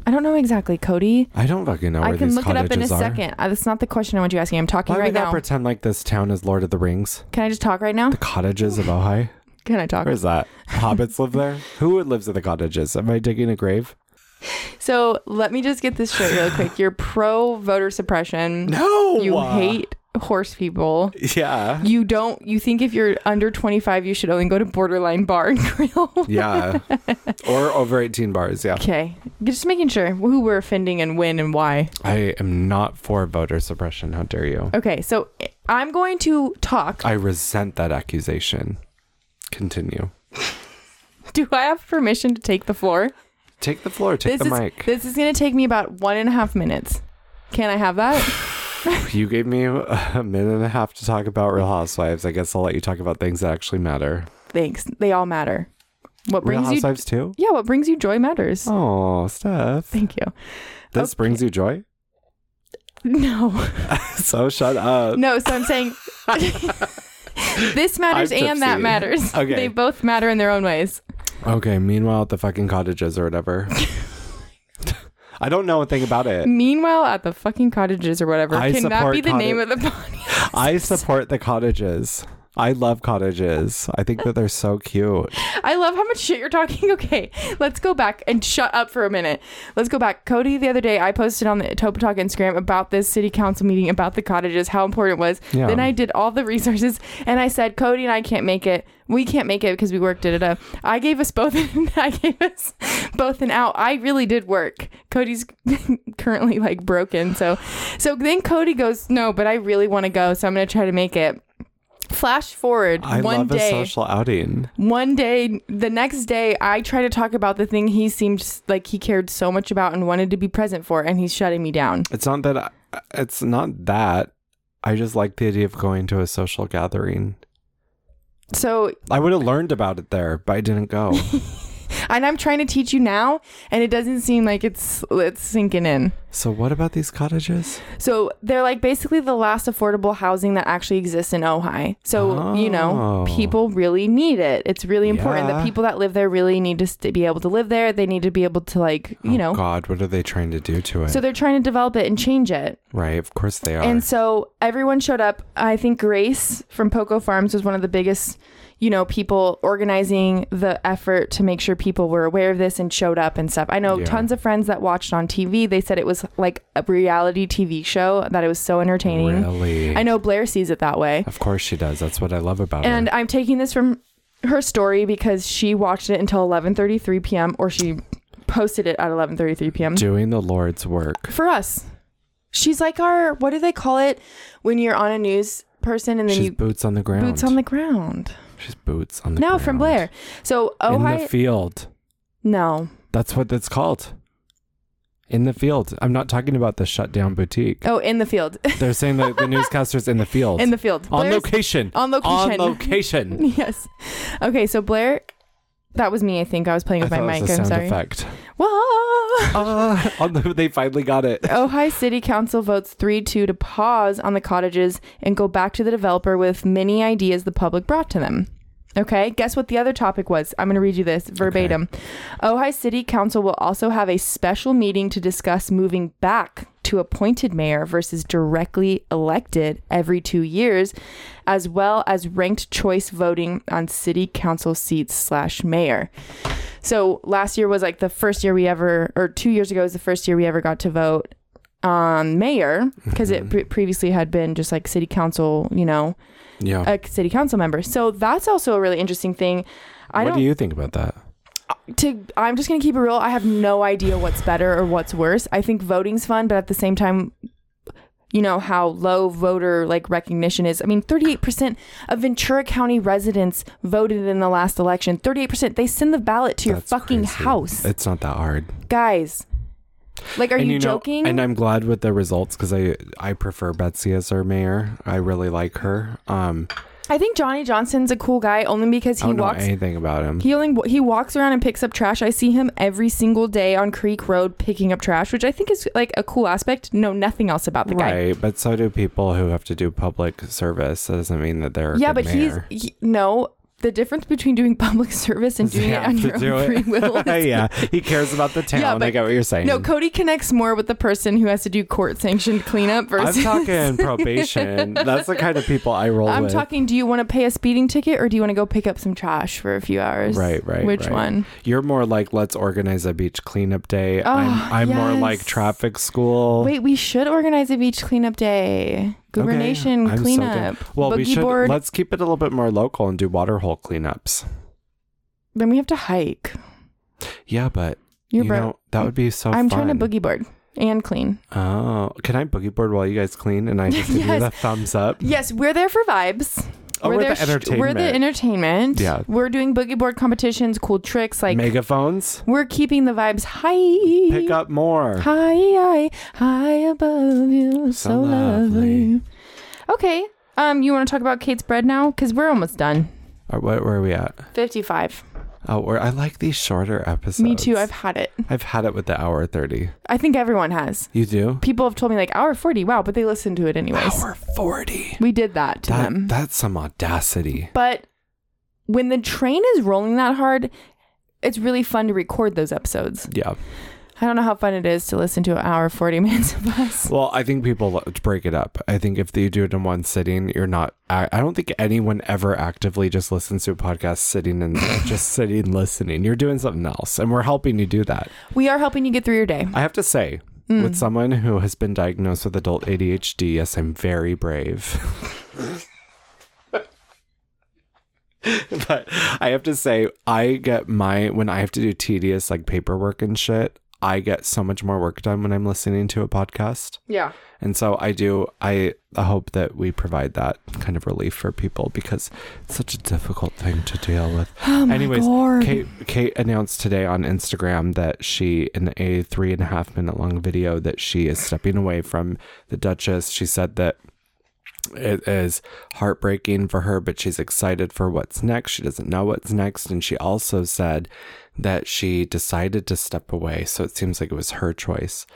Speaker 3: I don't know exactly, Cody.
Speaker 2: I don't fucking know where
Speaker 3: I can
Speaker 2: these
Speaker 3: look it up in a
Speaker 2: cottages are.
Speaker 3: second. Uh, that's not the question I want you asking. I'm talking
Speaker 2: Why
Speaker 3: right
Speaker 2: would not
Speaker 3: now.
Speaker 2: pretend like this town is Lord of the Rings?
Speaker 3: Can I just talk right now?
Speaker 2: The cottages of Ojai?
Speaker 3: Can I talk?
Speaker 2: Where is that? Hobbits live there? Who lives in the cottages? Am I digging a grave?
Speaker 3: So let me just get this straight real quick. You're pro voter suppression.
Speaker 2: No. uh,
Speaker 3: You hate horse people.
Speaker 2: Yeah.
Speaker 3: You don't. You think if you're under 25, you should only go to Borderline Bar and Grill.
Speaker 2: Yeah. or over 18 bars. Yeah.
Speaker 3: Okay, just making sure who we're offending and when and why.
Speaker 2: I am not for voter suppression. How dare you?
Speaker 3: Okay, so I'm going to talk.
Speaker 2: I resent that accusation. Continue.
Speaker 3: Do I have permission to take the floor?
Speaker 2: Take the floor. Take
Speaker 3: this
Speaker 2: the
Speaker 3: is
Speaker 2: mic.
Speaker 3: this is going to take me about one and a half minutes. Can I have that?
Speaker 2: you gave me a minute and a half to talk about Real Housewives. I guess I'll let you talk about things that actually matter.
Speaker 3: Thanks. They all matter. What
Speaker 2: Real
Speaker 3: brings you?
Speaker 2: Housewives too.
Speaker 3: Yeah, what brings you joy matters.
Speaker 2: Oh, Steph.
Speaker 3: Thank you.
Speaker 2: This brings you joy.
Speaker 3: No,
Speaker 2: So shut up.
Speaker 3: no. So I'm saying this matters
Speaker 2: I'm
Speaker 3: and that
Speaker 2: tipsy.
Speaker 3: matters.
Speaker 2: Okay.
Speaker 3: They both matter in their own ways.
Speaker 2: Okay. Meanwhile, at the fucking cottages or whatever. I don't know a thing about it.
Speaker 3: Meanwhile, at the fucking cottages or whatever,
Speaker 2: I
Speaker 3: can that
Speaker 2: support
Speaker 3: be the name
Speaker 2: cottage-
Speaker 3: of the podcast?
Speaker 2: I support the cottages. I love cottages. I think that they're so cute.
Speaker 3: I love how much shit you're talking. Okay, let's go back and shut up for a minute. Let's go back. Cody, the other day, I posted on the Topa Talk Instagram about this city council meeting, about the cottages, how important it was.
Speaker 2: Yeah.
Speaker 3: Then I did all the resources and I said, Cody and I can't make it. We can't make it because we worked. Da, da, da. I gave us both. I gave us both an out. I really did work. Cody's currently like broken. So, so then Cody goes, no, but I really want to go. So I'm gonna try to make it. Flash forward
Speaker 2: I
Speaker 3: one
Speaker 2: love
Speaker 3: day
Speaker 2: a social outing.
Speaker 3: one day the next day i try to talk about the thing he seemed s- like he cared so much about and wanted to be present for and he's shutting me down
Speaker 2: It's not that I, it's not that I just like the idea of going to a social gathering.
Speaker 3: so
Speaker 2: I would have learned about it there, but I didn't go.
Speaker 3: and i'm trying to teach you now and it doesn't seem like it's it's sinking in
Speaker 2: so what about these cottages?
Speaker 3: so they're like basically the last affordable housing that actually exists in ojai so you know
Speaker 2: Oh.
Speaker 3: people really need it it's really important
Speaker 2: Yeah.
Speaker 3: the people that live there really need to st- be able to live there they need to be able to like you
Speaker 2: Oh,
Speaker 3: know
Speaker 2: God, what are they trying to do to it?
Speaker 3: so they're trying to develop it and change it
Speaker 2: right, of course they are.
Speaker 3: And so everyone showed up. I think Grace from Poco Farms was one of the biggest, you know, people organizing the effort to make sure people were aware of this and showed up and stuff. I know
Speaker 2: Yeah.
Speaker 3: tons of friends that watched on TV. They said it was it's like a reality TV show that it was so entertaining.
Speaker 2: Really?
Speaker 3: I know Blair sees it that way.
Speaker 2: Of course she does. That's what I love about
Speaker 3: And
Speaker 2: her.
Speaker 3: I'm taking this from her story because she watched it until 11:33 p.m. or she posted it at 11:33 p.m.
Speaker 2: Doing the Lord's work.
Speaker 3: for us. She's like our what do they call it when you're on a news person and then
Speaker 2: She's
Speaker 3: you
Speaker 2: boots on the ground.
Speaker 3: boots on the ground.
Speaker 2: She's boots on the
Speaker 3: No,
Speaker 2: ground.
Speaker 3: from Blair. Oh, So
Speaker 2: In
Speaker 3: Ohio
Speaker 2: the field.
Speaker 3: No.
Speaker 2: That's what it's called. In the field. I'm not talking about the shut down boutique.
Speaker 3: Oh, in the field.
Speaker 2: They're saying that the newscaster's in the field.
Speaker 3: in the field.
Speaker 2: on
Speaker 3: Blair's-
Speaker 2: location.
Speaker 3: on location.
Speaker 2: On location.
Speaker 3: Yes. Okay, so Blair that was me, I think. I was playing
Speaker 2: I
Speaker 3: with
Speaker 2: thought
Speaker 3: my
Speaker 2: it was
Speaker 3: mic.
Speaker 2: a
Speaker 3: I'm
Speaker 2: sound
Speaker 3: sorry.
Speaker 2: effect.
Speaker 3: Whoa.
Speaker 2: Ah, on the- they finally got it.
Speaker 3: Ohio City Council votes 3 2 to pause on the cottages and go back to the developer with many ideas the public brought to them. Okay, guess what the other topic was? I'm going to read you this verbatim. Ohio City Council will also have a special meeting to discuss moving back to appointed mayor versus directly elected every two years, as well as ranked choice voting on city council seats slash mayor. So last year was like the first year we ever, or two years ago was the first year we ever got to vote on um, mayor because
Speaker 2: Mm-hmm.
Speaker 3: it pre- previously had been just like city council, you know,
Speaker 2: Yeah.
Speaker 3: a city council member. So that's also a really interesting thing. I
Speaker 2: what
Speaker 3: don't.
Speaker 2: do you think about that?
Speaker 3: to, I'm just gonna keep it real. I have no idea what's better or what's worse. I think voting's fun, but at the same time, you know how low voter like recognition is. I mean, 38% of Ventura County residents voted in the last election. 38%. They send the ballot to your
Speaker 2: That's
Speaker 3: fucking
Speaker 2: crazy.
Speaker 3: house
Speaker 2: It's not that hard.
Speaker 3: guys like are
Speaker 2: and
Speaker 3: you,
Speaker 2: you know,
Speaker 3: joking
Speaker 2: and I'm glad with the results because I I prefer Betsy as our mayor. I really like her. Um,
Speaker 3: i think johnny johnson's a cool guy only because
Speaker 2: Oh, I
Speaker 3: he
Speaker 2: don't know
Speaker 3: walks
Speaker 2: anything about him.
Speaker 3: he only he walks around and picks up trash i see him every single day on creek road picking up trash which i think is like a cool aspect know nothing else about the guy
Speaker 2: Right, but so do people who have to do public service. That doesn't mean that they're a
Speaker 3: yeah
Speaker 2: good
Speaker 3: but
Speaker 2: mayor.
Speaker 3: he's he, no the difference between doing public service and doing
Speaker 2: They
Speaker 3: it on
Speaker 2: have
Speaker 3: your
Speaker 2: to do
Speaker 3: own
Speaker 2: it.
Speaker 3: free will is-
Speaker 2: yeah, he cares about the town. I
Speaker 3: but-
Speaker 2: get what you're saying.
Speaker 3: no cody connects more with the person who has to do court sanctioned cleanup
Speaker 2: I'm
Speaker 3: versus
Speaker 2: talking probation. That's the kind of people I roll
Speaker 3: I'm
Speaker 2: with.
Speaker 3: talking. Do you want to pay a speeding ticket or do you want to go pick up some trash for a few hours?
Speaker 2: Right, right.
Speaker 3: Which
Speaker 2: right.
Speaker 3: one?
Speaker 2: You're more like let's organize a beach cleanup day.
Speaker 3: Oh,
Speaker 2: I'm, I'm more like
Speaker 3: yes.
Speaker 2: traffic school.
Speaker 3: Wait, we should organize a beach cleanup day. Goober
Speaker 2: Okay,
Speaker 3: Nation
Speaker 2: I'm so
Speaker 3: cleanup.
Speaker 2: down. well,
Speaker 3: Boogie
Speaker 2: we should
Speaker 3: board.
Speaker 2: let's keep it a little bit more local and do waterhole cleanups.
Speaker 3: then we have to hike.
Speaker 2: Yeah, but
Speaker 3: You're
Speaker 2: you
Speaker 3: broke.
Speaker 2: know that would be so.
Speaker 3: I'm
Speaker 2: fun.
Speaker 3: trying to boogie board and clean.
Speaker 2: Oh, can I boogie board while you guys clean and I just give you
Speaker 3: Yes.
Speaker 2: the thumbs up?
Speaker 3: Yes, we're there for vibes.
Speaker 2: Oh, we're the
Speaker 3: there sh- we're the
Speaker 2: entertainment.
Speaker 3: entertainment.
Speaker 2: Yeah.
Speaker 3: We're doing boogie board competitions, cool tricks. Like,
Speaker 2: Megaphones,
Speaker 3: we're keeping the vibes high.
Speaker 2: pick up more.
Speaker 3: High, high, high above you. So,
Speaker 2: So
Speaker 3: lovely.
Speaker 2: lovely.
Speaker 3: Okay. Um, you want to talk about Kate's bread now? Because we're almost done.
Speaker 2: Or what where are we at?
Speaker 3: 55.
Speaker 2: Oh, we I like these shorter episodes.
Speaker 3: Me too. I've had it.
Speaker 2: I've had it with the hour thirty.
Speaker 3: I think everyone has.
Speaker 2: You do
Speaker 3: People have told me like hour 40. Wow, but they listen to it anyways.
Speaker 2: hour forty.
Speaker 3: We did that to
Speaker 2: That
Speaker 3: them.
Speaker 2: that's some audacity.
Speaker 3: but when the train is rolling that hard, it's really fun to record those episodes.
Speaker 2: Yeah.
Speaker 3: I don't know how fun it is to listen to an hour 40 minutes of us.
Speaker 2: Well, I think people lo- break it up. I think if you do it in one sitting, you're not. I, I don't think anyone ever actively just listens to a podcast sitting and just sitting listening. You're doing something else, and we're helping you do that.
Speaker 3: We are helping you get through your day.
Speaker 2: I have to say, with someone who has been diagnosed with adult ADHD, yes, I'm very brave. but I have to say, I get my when I have to do tedious like paperwork and shit. I get so much more work done when I'm listening to a podcast.
Speaker 3: Yeah.
Speaker 2: And so I do, I hope that we provide that kind of relief for people because it's such a difficult thing to deal with.
Speaker 3: Oh my
Speaker 2: Anyways,
Speaker 3: God.
Speaker 2: Kate, Kate announced today on Instagram that she, in a three and a half minute long video, that she is stepping away from the Duchess. She said that it is heartbreaking for her, but she's excited for what's next. She doesn't know what's next. And she also said that she decided to step away. So it seems like it was her choice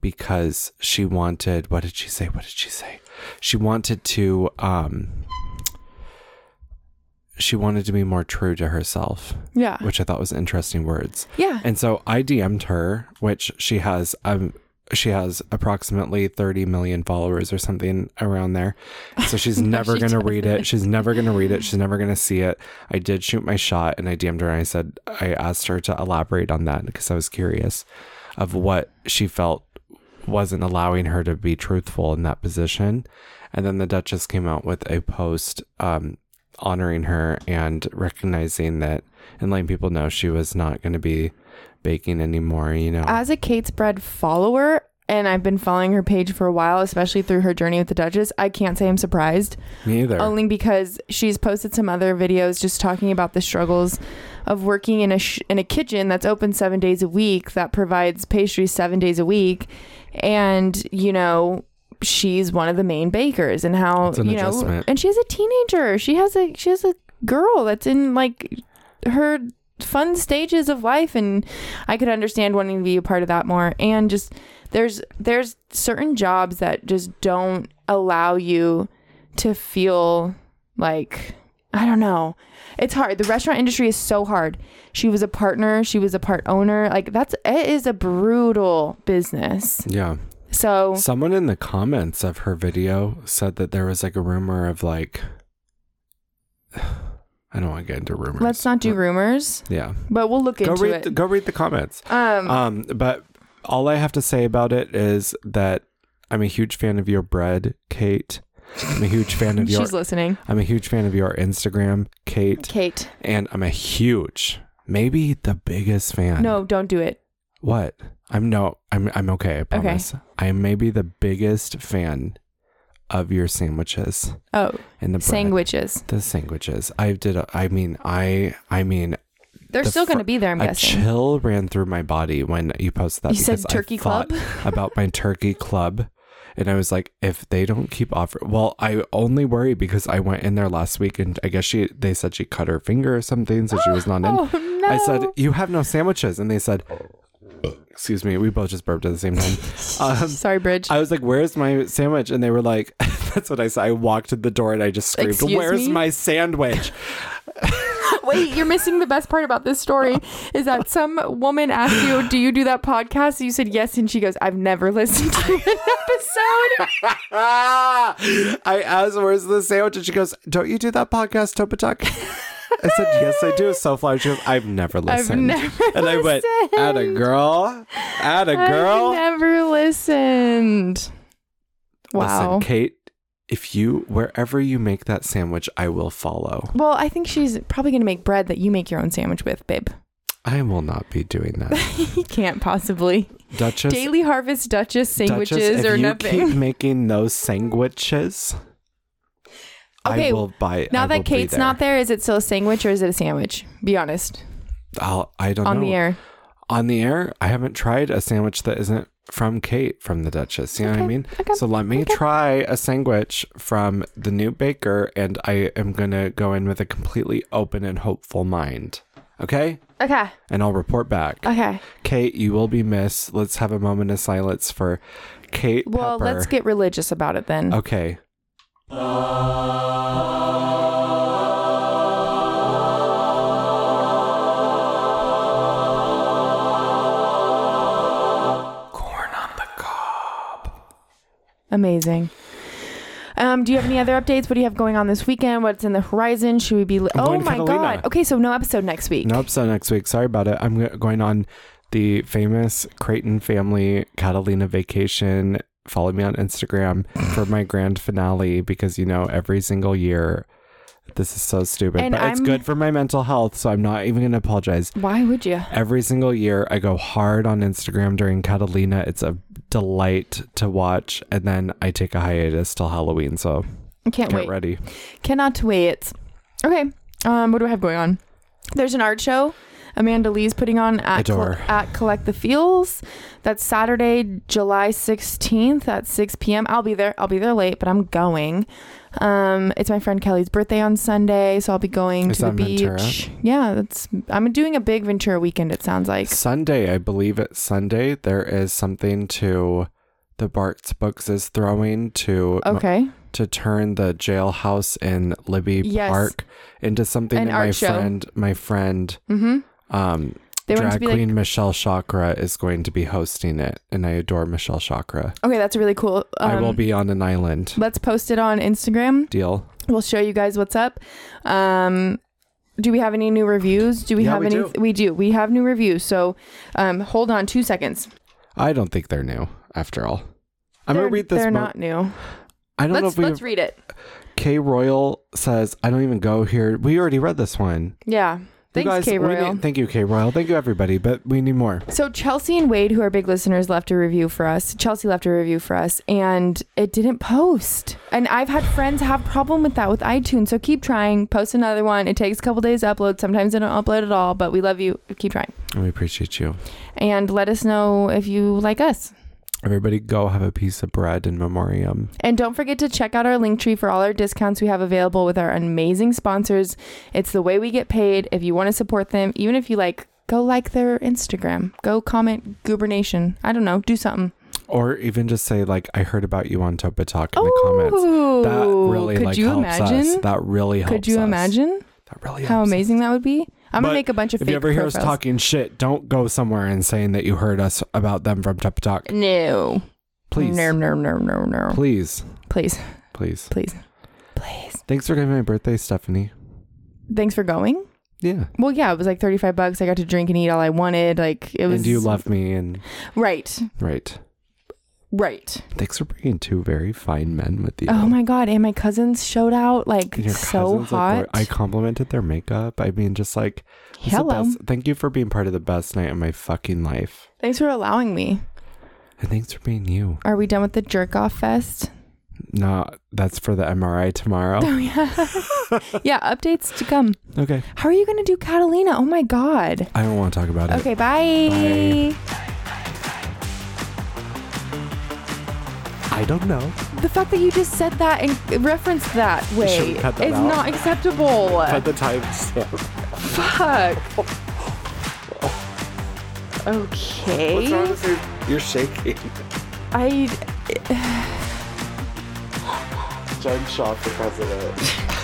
Speaker 2: because she wanted, what did she say? What did she say? She wanted to, um, she wanted to be more true to herself,
Speaker 3: Yeah.
Speaker 2: which I thought was interesting words.
Speaker 3: yeah.
Speaker 2: And so I DM'd her, which she has um she has approximately 30 million followers or something around there. So she's never
Speaker 3: she
Speaker 2: going to read it. She's never going to read it. She's never going to see it. I did shoot my shot and I DM'd her and I said I asked her to elaborate on that because I was curious of what she felt wasn't allowing her to be truthful in that position. And then the Duchess came out with a post um, honoring her and recognizing that and letting people know she was not going to be baking anymore, you know.
Speaker 3: As a Kate's Bread follower, and I've been following her page for a while, especially through her journey with the Duchess, I can't say I'm surprised.
Speaker 2: Me either.
Speaker 3: only because she's posted some other videos just talking about the struggles of working in a sh- in a kitchen that's open 7 days a week that provides pastries 7 days a week and you know she's one of the main bakers and how
Speaker 2: It's an
Speaker 3: you know
Speaker 2: adjustment.
Speaker 3: and she's a teenager she has a she has a girl that's in like her fun stages of life and I could understand wanting to be a part of that more and just there's there's certain jobs that just don't allow you to feel like I don't know. It's hard. The restaurant industry is so hard. She was a partner, she was a part owner. Like that's it is a brutal business.
Speaker 2: yeah.
Speaker 3: So
Speaker 2: Someone in the comments of her video said that there was like a rumor of like I don't want to get into rumors.
Speaker 3: let's not do rumors,
Speaker 2: Yeah.
Speaker 3: but we'll look
Speaker 2: Go
Speaker 3: into
Speaker 2: read
Speaker 3: it.
Speaker 2: the, go read the comments.
Speaker 3: um
Speaker 2: Um but all I have to say about it is that I'm a huge fan of your bread, Kate. I'm a huge fan of your
Speaker 3: she's listening.
Speaker 2: I'm a huge fan of your Instagram, Kate,
Speaker 3: Kate.
Speaker 2: and I'm a huge maybe the biggest fan.
Speaker 3: No, don't do it.
Speaker 2: What? I'm no I'm I'm okay, I promise. I am maybe the biggest fan of your sandwiches
Speaker 3: Oh,
Speaker 2: and the bread.
Speaker 3: sandwiches.
Speaker 2: The sandwiches. I did. A, I mean, I. I mean,
Speaker 3: They're
Speaker 2: The
Speaker 3: still going
Speaker 2: fir-
Speaker 3: to be there, I'm
Speaker 2: a
Speaker 3: guessing.
Speaker 2: chill ran through my body when you posted that.
Speaker 3: You said
Speaker 2: because I
Speaker 3: turkey
Speaker 2: thought
Speaker 3: club?
Speaker 2: about my turkey club, and I was like, if they don't keep offering, well, I only worry because I went in there last week, and I guess she. They said she cut her finger or something, so she was not in.
Speaker 3: Oh no.
Speaker 2: I said, "You have no sandwiches," and they said, "Excuse me, we both just burped at the same time." Um,
Speaker 3: Sorry, Bridge.
Speaker 2: I was like, "Where's my sandwich?" And they were like, "That's what I said." I walked to the door and I just screamed,
Speaker 3: Excuse
Speaker 2: "Where's
Speaker 3: me?"
Speaker 2: my sandwich?"
Speaker 3: Wait, you're missing the best part about this story is that some woman asked you, "Do you do that podcast?" You said yes, and she goes, "I've never listened to an episode."
Speaker 2: I asked, "Where's the sandwich?" And she goes, "Don't you do that podcast, Topatak?" I said, "Yes, I do." So fly. She goes, "I've never listened."
Speaker 3: never
Speaker 2: and I went, "At a
Speaker 3: listened.
Speaker 2: girl, at a girl."
Speaker 3: I've never listened. Wow.
Speaker 2: Listen, Kate, if you wherever you make that sandwich, I will follow.
Speaker 3: well, I think she's probably going to make bread that you make your own sandwich with, babe.
Speaker 2: I will not be doing that,
Speaker 3: you can't possibly.
Speaker 2: Duchess.
Speaker 3: Daily Harvest Duchess
Speaker 2: Duchess,
Speaker 3: sandwiches
Speaker 2: if
Speaker 3: or
Speaker 2: you
Speaker 3: nothing.
Speaker 2: keep making those sandwiches, I
Speaker 3: Okay,
Speaker 2: will buy.
Speaker 3: now
Speaker 2: I will
Speaker 3: that
Speaker 2: be
Speaker 3: Kate's not there, is it still a sandwich or is it a sandwich? Be honest.
Speaker 2: I'll, I don't
Speaker 3: On
Speaker 2: know.
Speaker 3: the air.
Speaker 2: on the air, I haven't tried a sandwich that isn't from Kate from the Duchess. You know what I
Speaker 3: Okay,
Speaker 2: mean?
Speaker 3: okay,
Speaker 2: So let me
Speaker 3: okay.
Speaker 2: try a sandwich from the new baker, and I am gonna go in with a completely open and hopeful mind. Okay,
Speaker 3: Okay.
Speaker 2: and I'll report back.
Speaker 3: Okay.
Speaker 2: Kate, you will be missed. Let's have a moment of silence for Kate.
Speaker 3: Well,
Speaker 2: Pepper.
Speaker 3: let's get religious about it then.
Speaker 2: Okay. Corn on the cob.
Speaker 3: Amazing. Um, do you have any other updates? What do you have going on this weekend? What's in the horizon? Should we be? Li-
Speaker 2: I'm
Speaker 3: oh
Speaker 2: going to
Speaker 3: my
Speaker 2: Catalina.
Speaker 3: god! Okay, so no episode next week.
Speaker 2: Nope, so next week. Sorry about it. I'm go- going on the famous Creighton family Catalina vacation. Follow me on Instagram for my grand finale because you know every single year this is so stupid,
Speaker 3: And
Speaker 2: but it's
Speaker 3: I'm-
Speaker 2: good for my mental health, so I'm not even going to apologize.
Speaker 3: Why would you?
Speaker 2: Every single year, I go hard on Instagram during Catalina. It's a delight to watch. And then I take a hiatus till Halloween. So
Speaker 3: I can't
Speaker 2: get
Speaker 3: wait.
Speaker 2: ready.
Speaker 3: Cannot wait. Okay. Um, what do I have going on? There's an art show. Amanda Lee's putting on at
Speaker 2: Adore.
Speaker 3: at Collect the Feels. That's Saturday, July 16th at 6 p.m. I'll be there. I'll be there late, but I'm going. Um, it's my friend Kelly's birthday on Sunday, so I'll be going
Speaker 2: Is
Speaker 3: to the
Speaker 2: that in
Speaker 3: beach.
Speaker 2: Ventura?
Speaker 3: Yeah, that's. I'm doing a big Ventura weekend. It sounds like.
Speaker 2: Sunday, I believe it's Sunday, there is something to the Bart's Books is throwing to
Speaker 3: Okay.
Speaker 2: to turn the jailhouse in Libby
Speaker 3: Yes.
Speaker 2: Park into something
Speaker 3: An
Speaker 2: that
Speaker 3: art
Speaker 2: my
Speaker 3: show.
Speaker 2: friend, my friend,
Speaker 3: Mm-hmm.
Speaker 2: um,
Speaker 3: They want to
Speaker 2: drag
Speaker 3: be like
Speaker 2: queen Michelle Chakra is going to be hosting it, and I adore Michelle Chakra.
Speaker 3: Okay, that's really cool. Um,
Speaker 2: I will be on an island.
Speaker 3: Let's post it on Instagram.
Speaker 2: Deal.
Speaker 3: We'll show you guys what's up. Um, do we have any new reviews? Do we
Speaker 2: Yeah,
Speaker 3: have
Speaker 2: we
Speaker 3: any?
Speaker 2: do.
Speaker 3: We do. We have new reviews. So um, hold on two seconds.
Speaker 2: I don't think they're new. after all. I'm
Speaker 3: they're,
Speaker 2: gonna read this
Speaker 3: They're
Speaker 2: book.
Speaker 3: not new.
Speaker 2: I don't know
Speaker 3: Let's
Speaker 2: if we
Speaker 3: let's
Speaker 2: have,
Speaker 3: read it.
Speaker 2: K Royal says I don't even go here. We already read this one.
Speaker 3: Yeah.
Speaker 2: You
Speaker 3: Thanks, K
Speaker 2: we
Speaker 3: Royal.
Speaker 2: need- thank you, K Royal. Thank you, everybody. But we need more.
Speaker 3: So Chelsea and Wade, who are big listeners, left a review for us. Chelsea left a review for us, and it didn't post. And I've had friends have problem with that with iTunes. So keep trying. Post another one. It takes a couple days to upload. Sometimes they don't upload at all, but we love you. Keep trying,
Speaker 2: We appreciate you.
Speaker 3: and let us know if you like us.
Speaker 2: Everybody, go have a piece of bread in memoriam.
Speaker 3: And don't forget to check out our link tree for all our discounts we have available with our amazing sponsors. It's the way we get paid. If you want to support them, even if you like, go like their Instagram, go comment Goobernation. I don't know, do something.
Speaker 2: Or even just say like, I heard about you on Topa Talk in the comments. That really
Speaker 3: Oh, could
Speaker 2: like
Speaker 3: you
Speaker 2: helps
Speaker 3: imagine?
Speaker 2: us. That really helps.
Speaker 3: Could you
Speaker 2: us.
Speaker 3: imagine
Speaker 2: That really
Speaker 3: how
Speaker 2: helps us.
Speaker 3: amazing that would be? I'm
Speaker 2: But
Speaker 3: gonna make a bunch of
Speaker 2: If
Speaker 3: fake
Speaker 2: you ever hear us
Speaker 3: profiles.
Speaker 2: talking shit, don't go somewhere and saying that you heard us about them from Topa Talk.
Speaker 3: No,
Speaker 2: Please,
Speaker 3: no, no, no, no, no.
Speaker 2: please,
Speaker 3: Please,
Speaker 2: please.
Speaker 3: please, please.
Speaker 2: Thanks for giving me my birthday, Stephanie.
Speaker 3: Thanks for going.
Speaker 2: Yeah,
Speaker 3: Well, yeah, it was like 35 bucks. I got to drink and eat all I wanted. Like it was
Speaker 2: and you love me, and
Speaker 3: right,
Speaker 2: right.
Speaker 3: right.
Speaker 2: Thanks for bringing two very fine men with you.
Speaker 3: Oh my god! And my cousins showed out like
Speaker 2: And your
Speaker 3: so
Speaker 2: cousins look great.
Speaker 3: hot.
Speaker 2: I complimented their makeup. I mean, just like it's the
Speaker 3: Hello.
Speaker 2: best- Thank you for being part of the best night of my fucking life,
Speaker 3: Thanks for allowing me.
Speaker 2: and thanks for being you.
Speaker 3: Are we done with the jerk off fest?
Speaker 2: No, that's for the MRI tomorrow.
Speaker 3: Oh yeah, yeah. Updates to come.
Speaker 2: okay,
Speaker 3: How are you gonna do Catalina? Oh my god.
Speaker 2: I don't want to talk about it.
Speaker 3: Okay, bye.
Speaker 2: I don't know.
Speaker 3: The fact that you just said that and referenced that way
Speaker 2: we cut that
Speaker 3: is
Speaker 2: out?
Speaker 3: not acceptable.
Speaker 2: At the timestamp.
Speaker 3: Fuck.
Speaker 2: Oh. What's wrong
Speaker 3: Okay.
Speaker 2: with your? You're shaking.
Speaker 3: I
Speaker 2: Jen Shaw for president.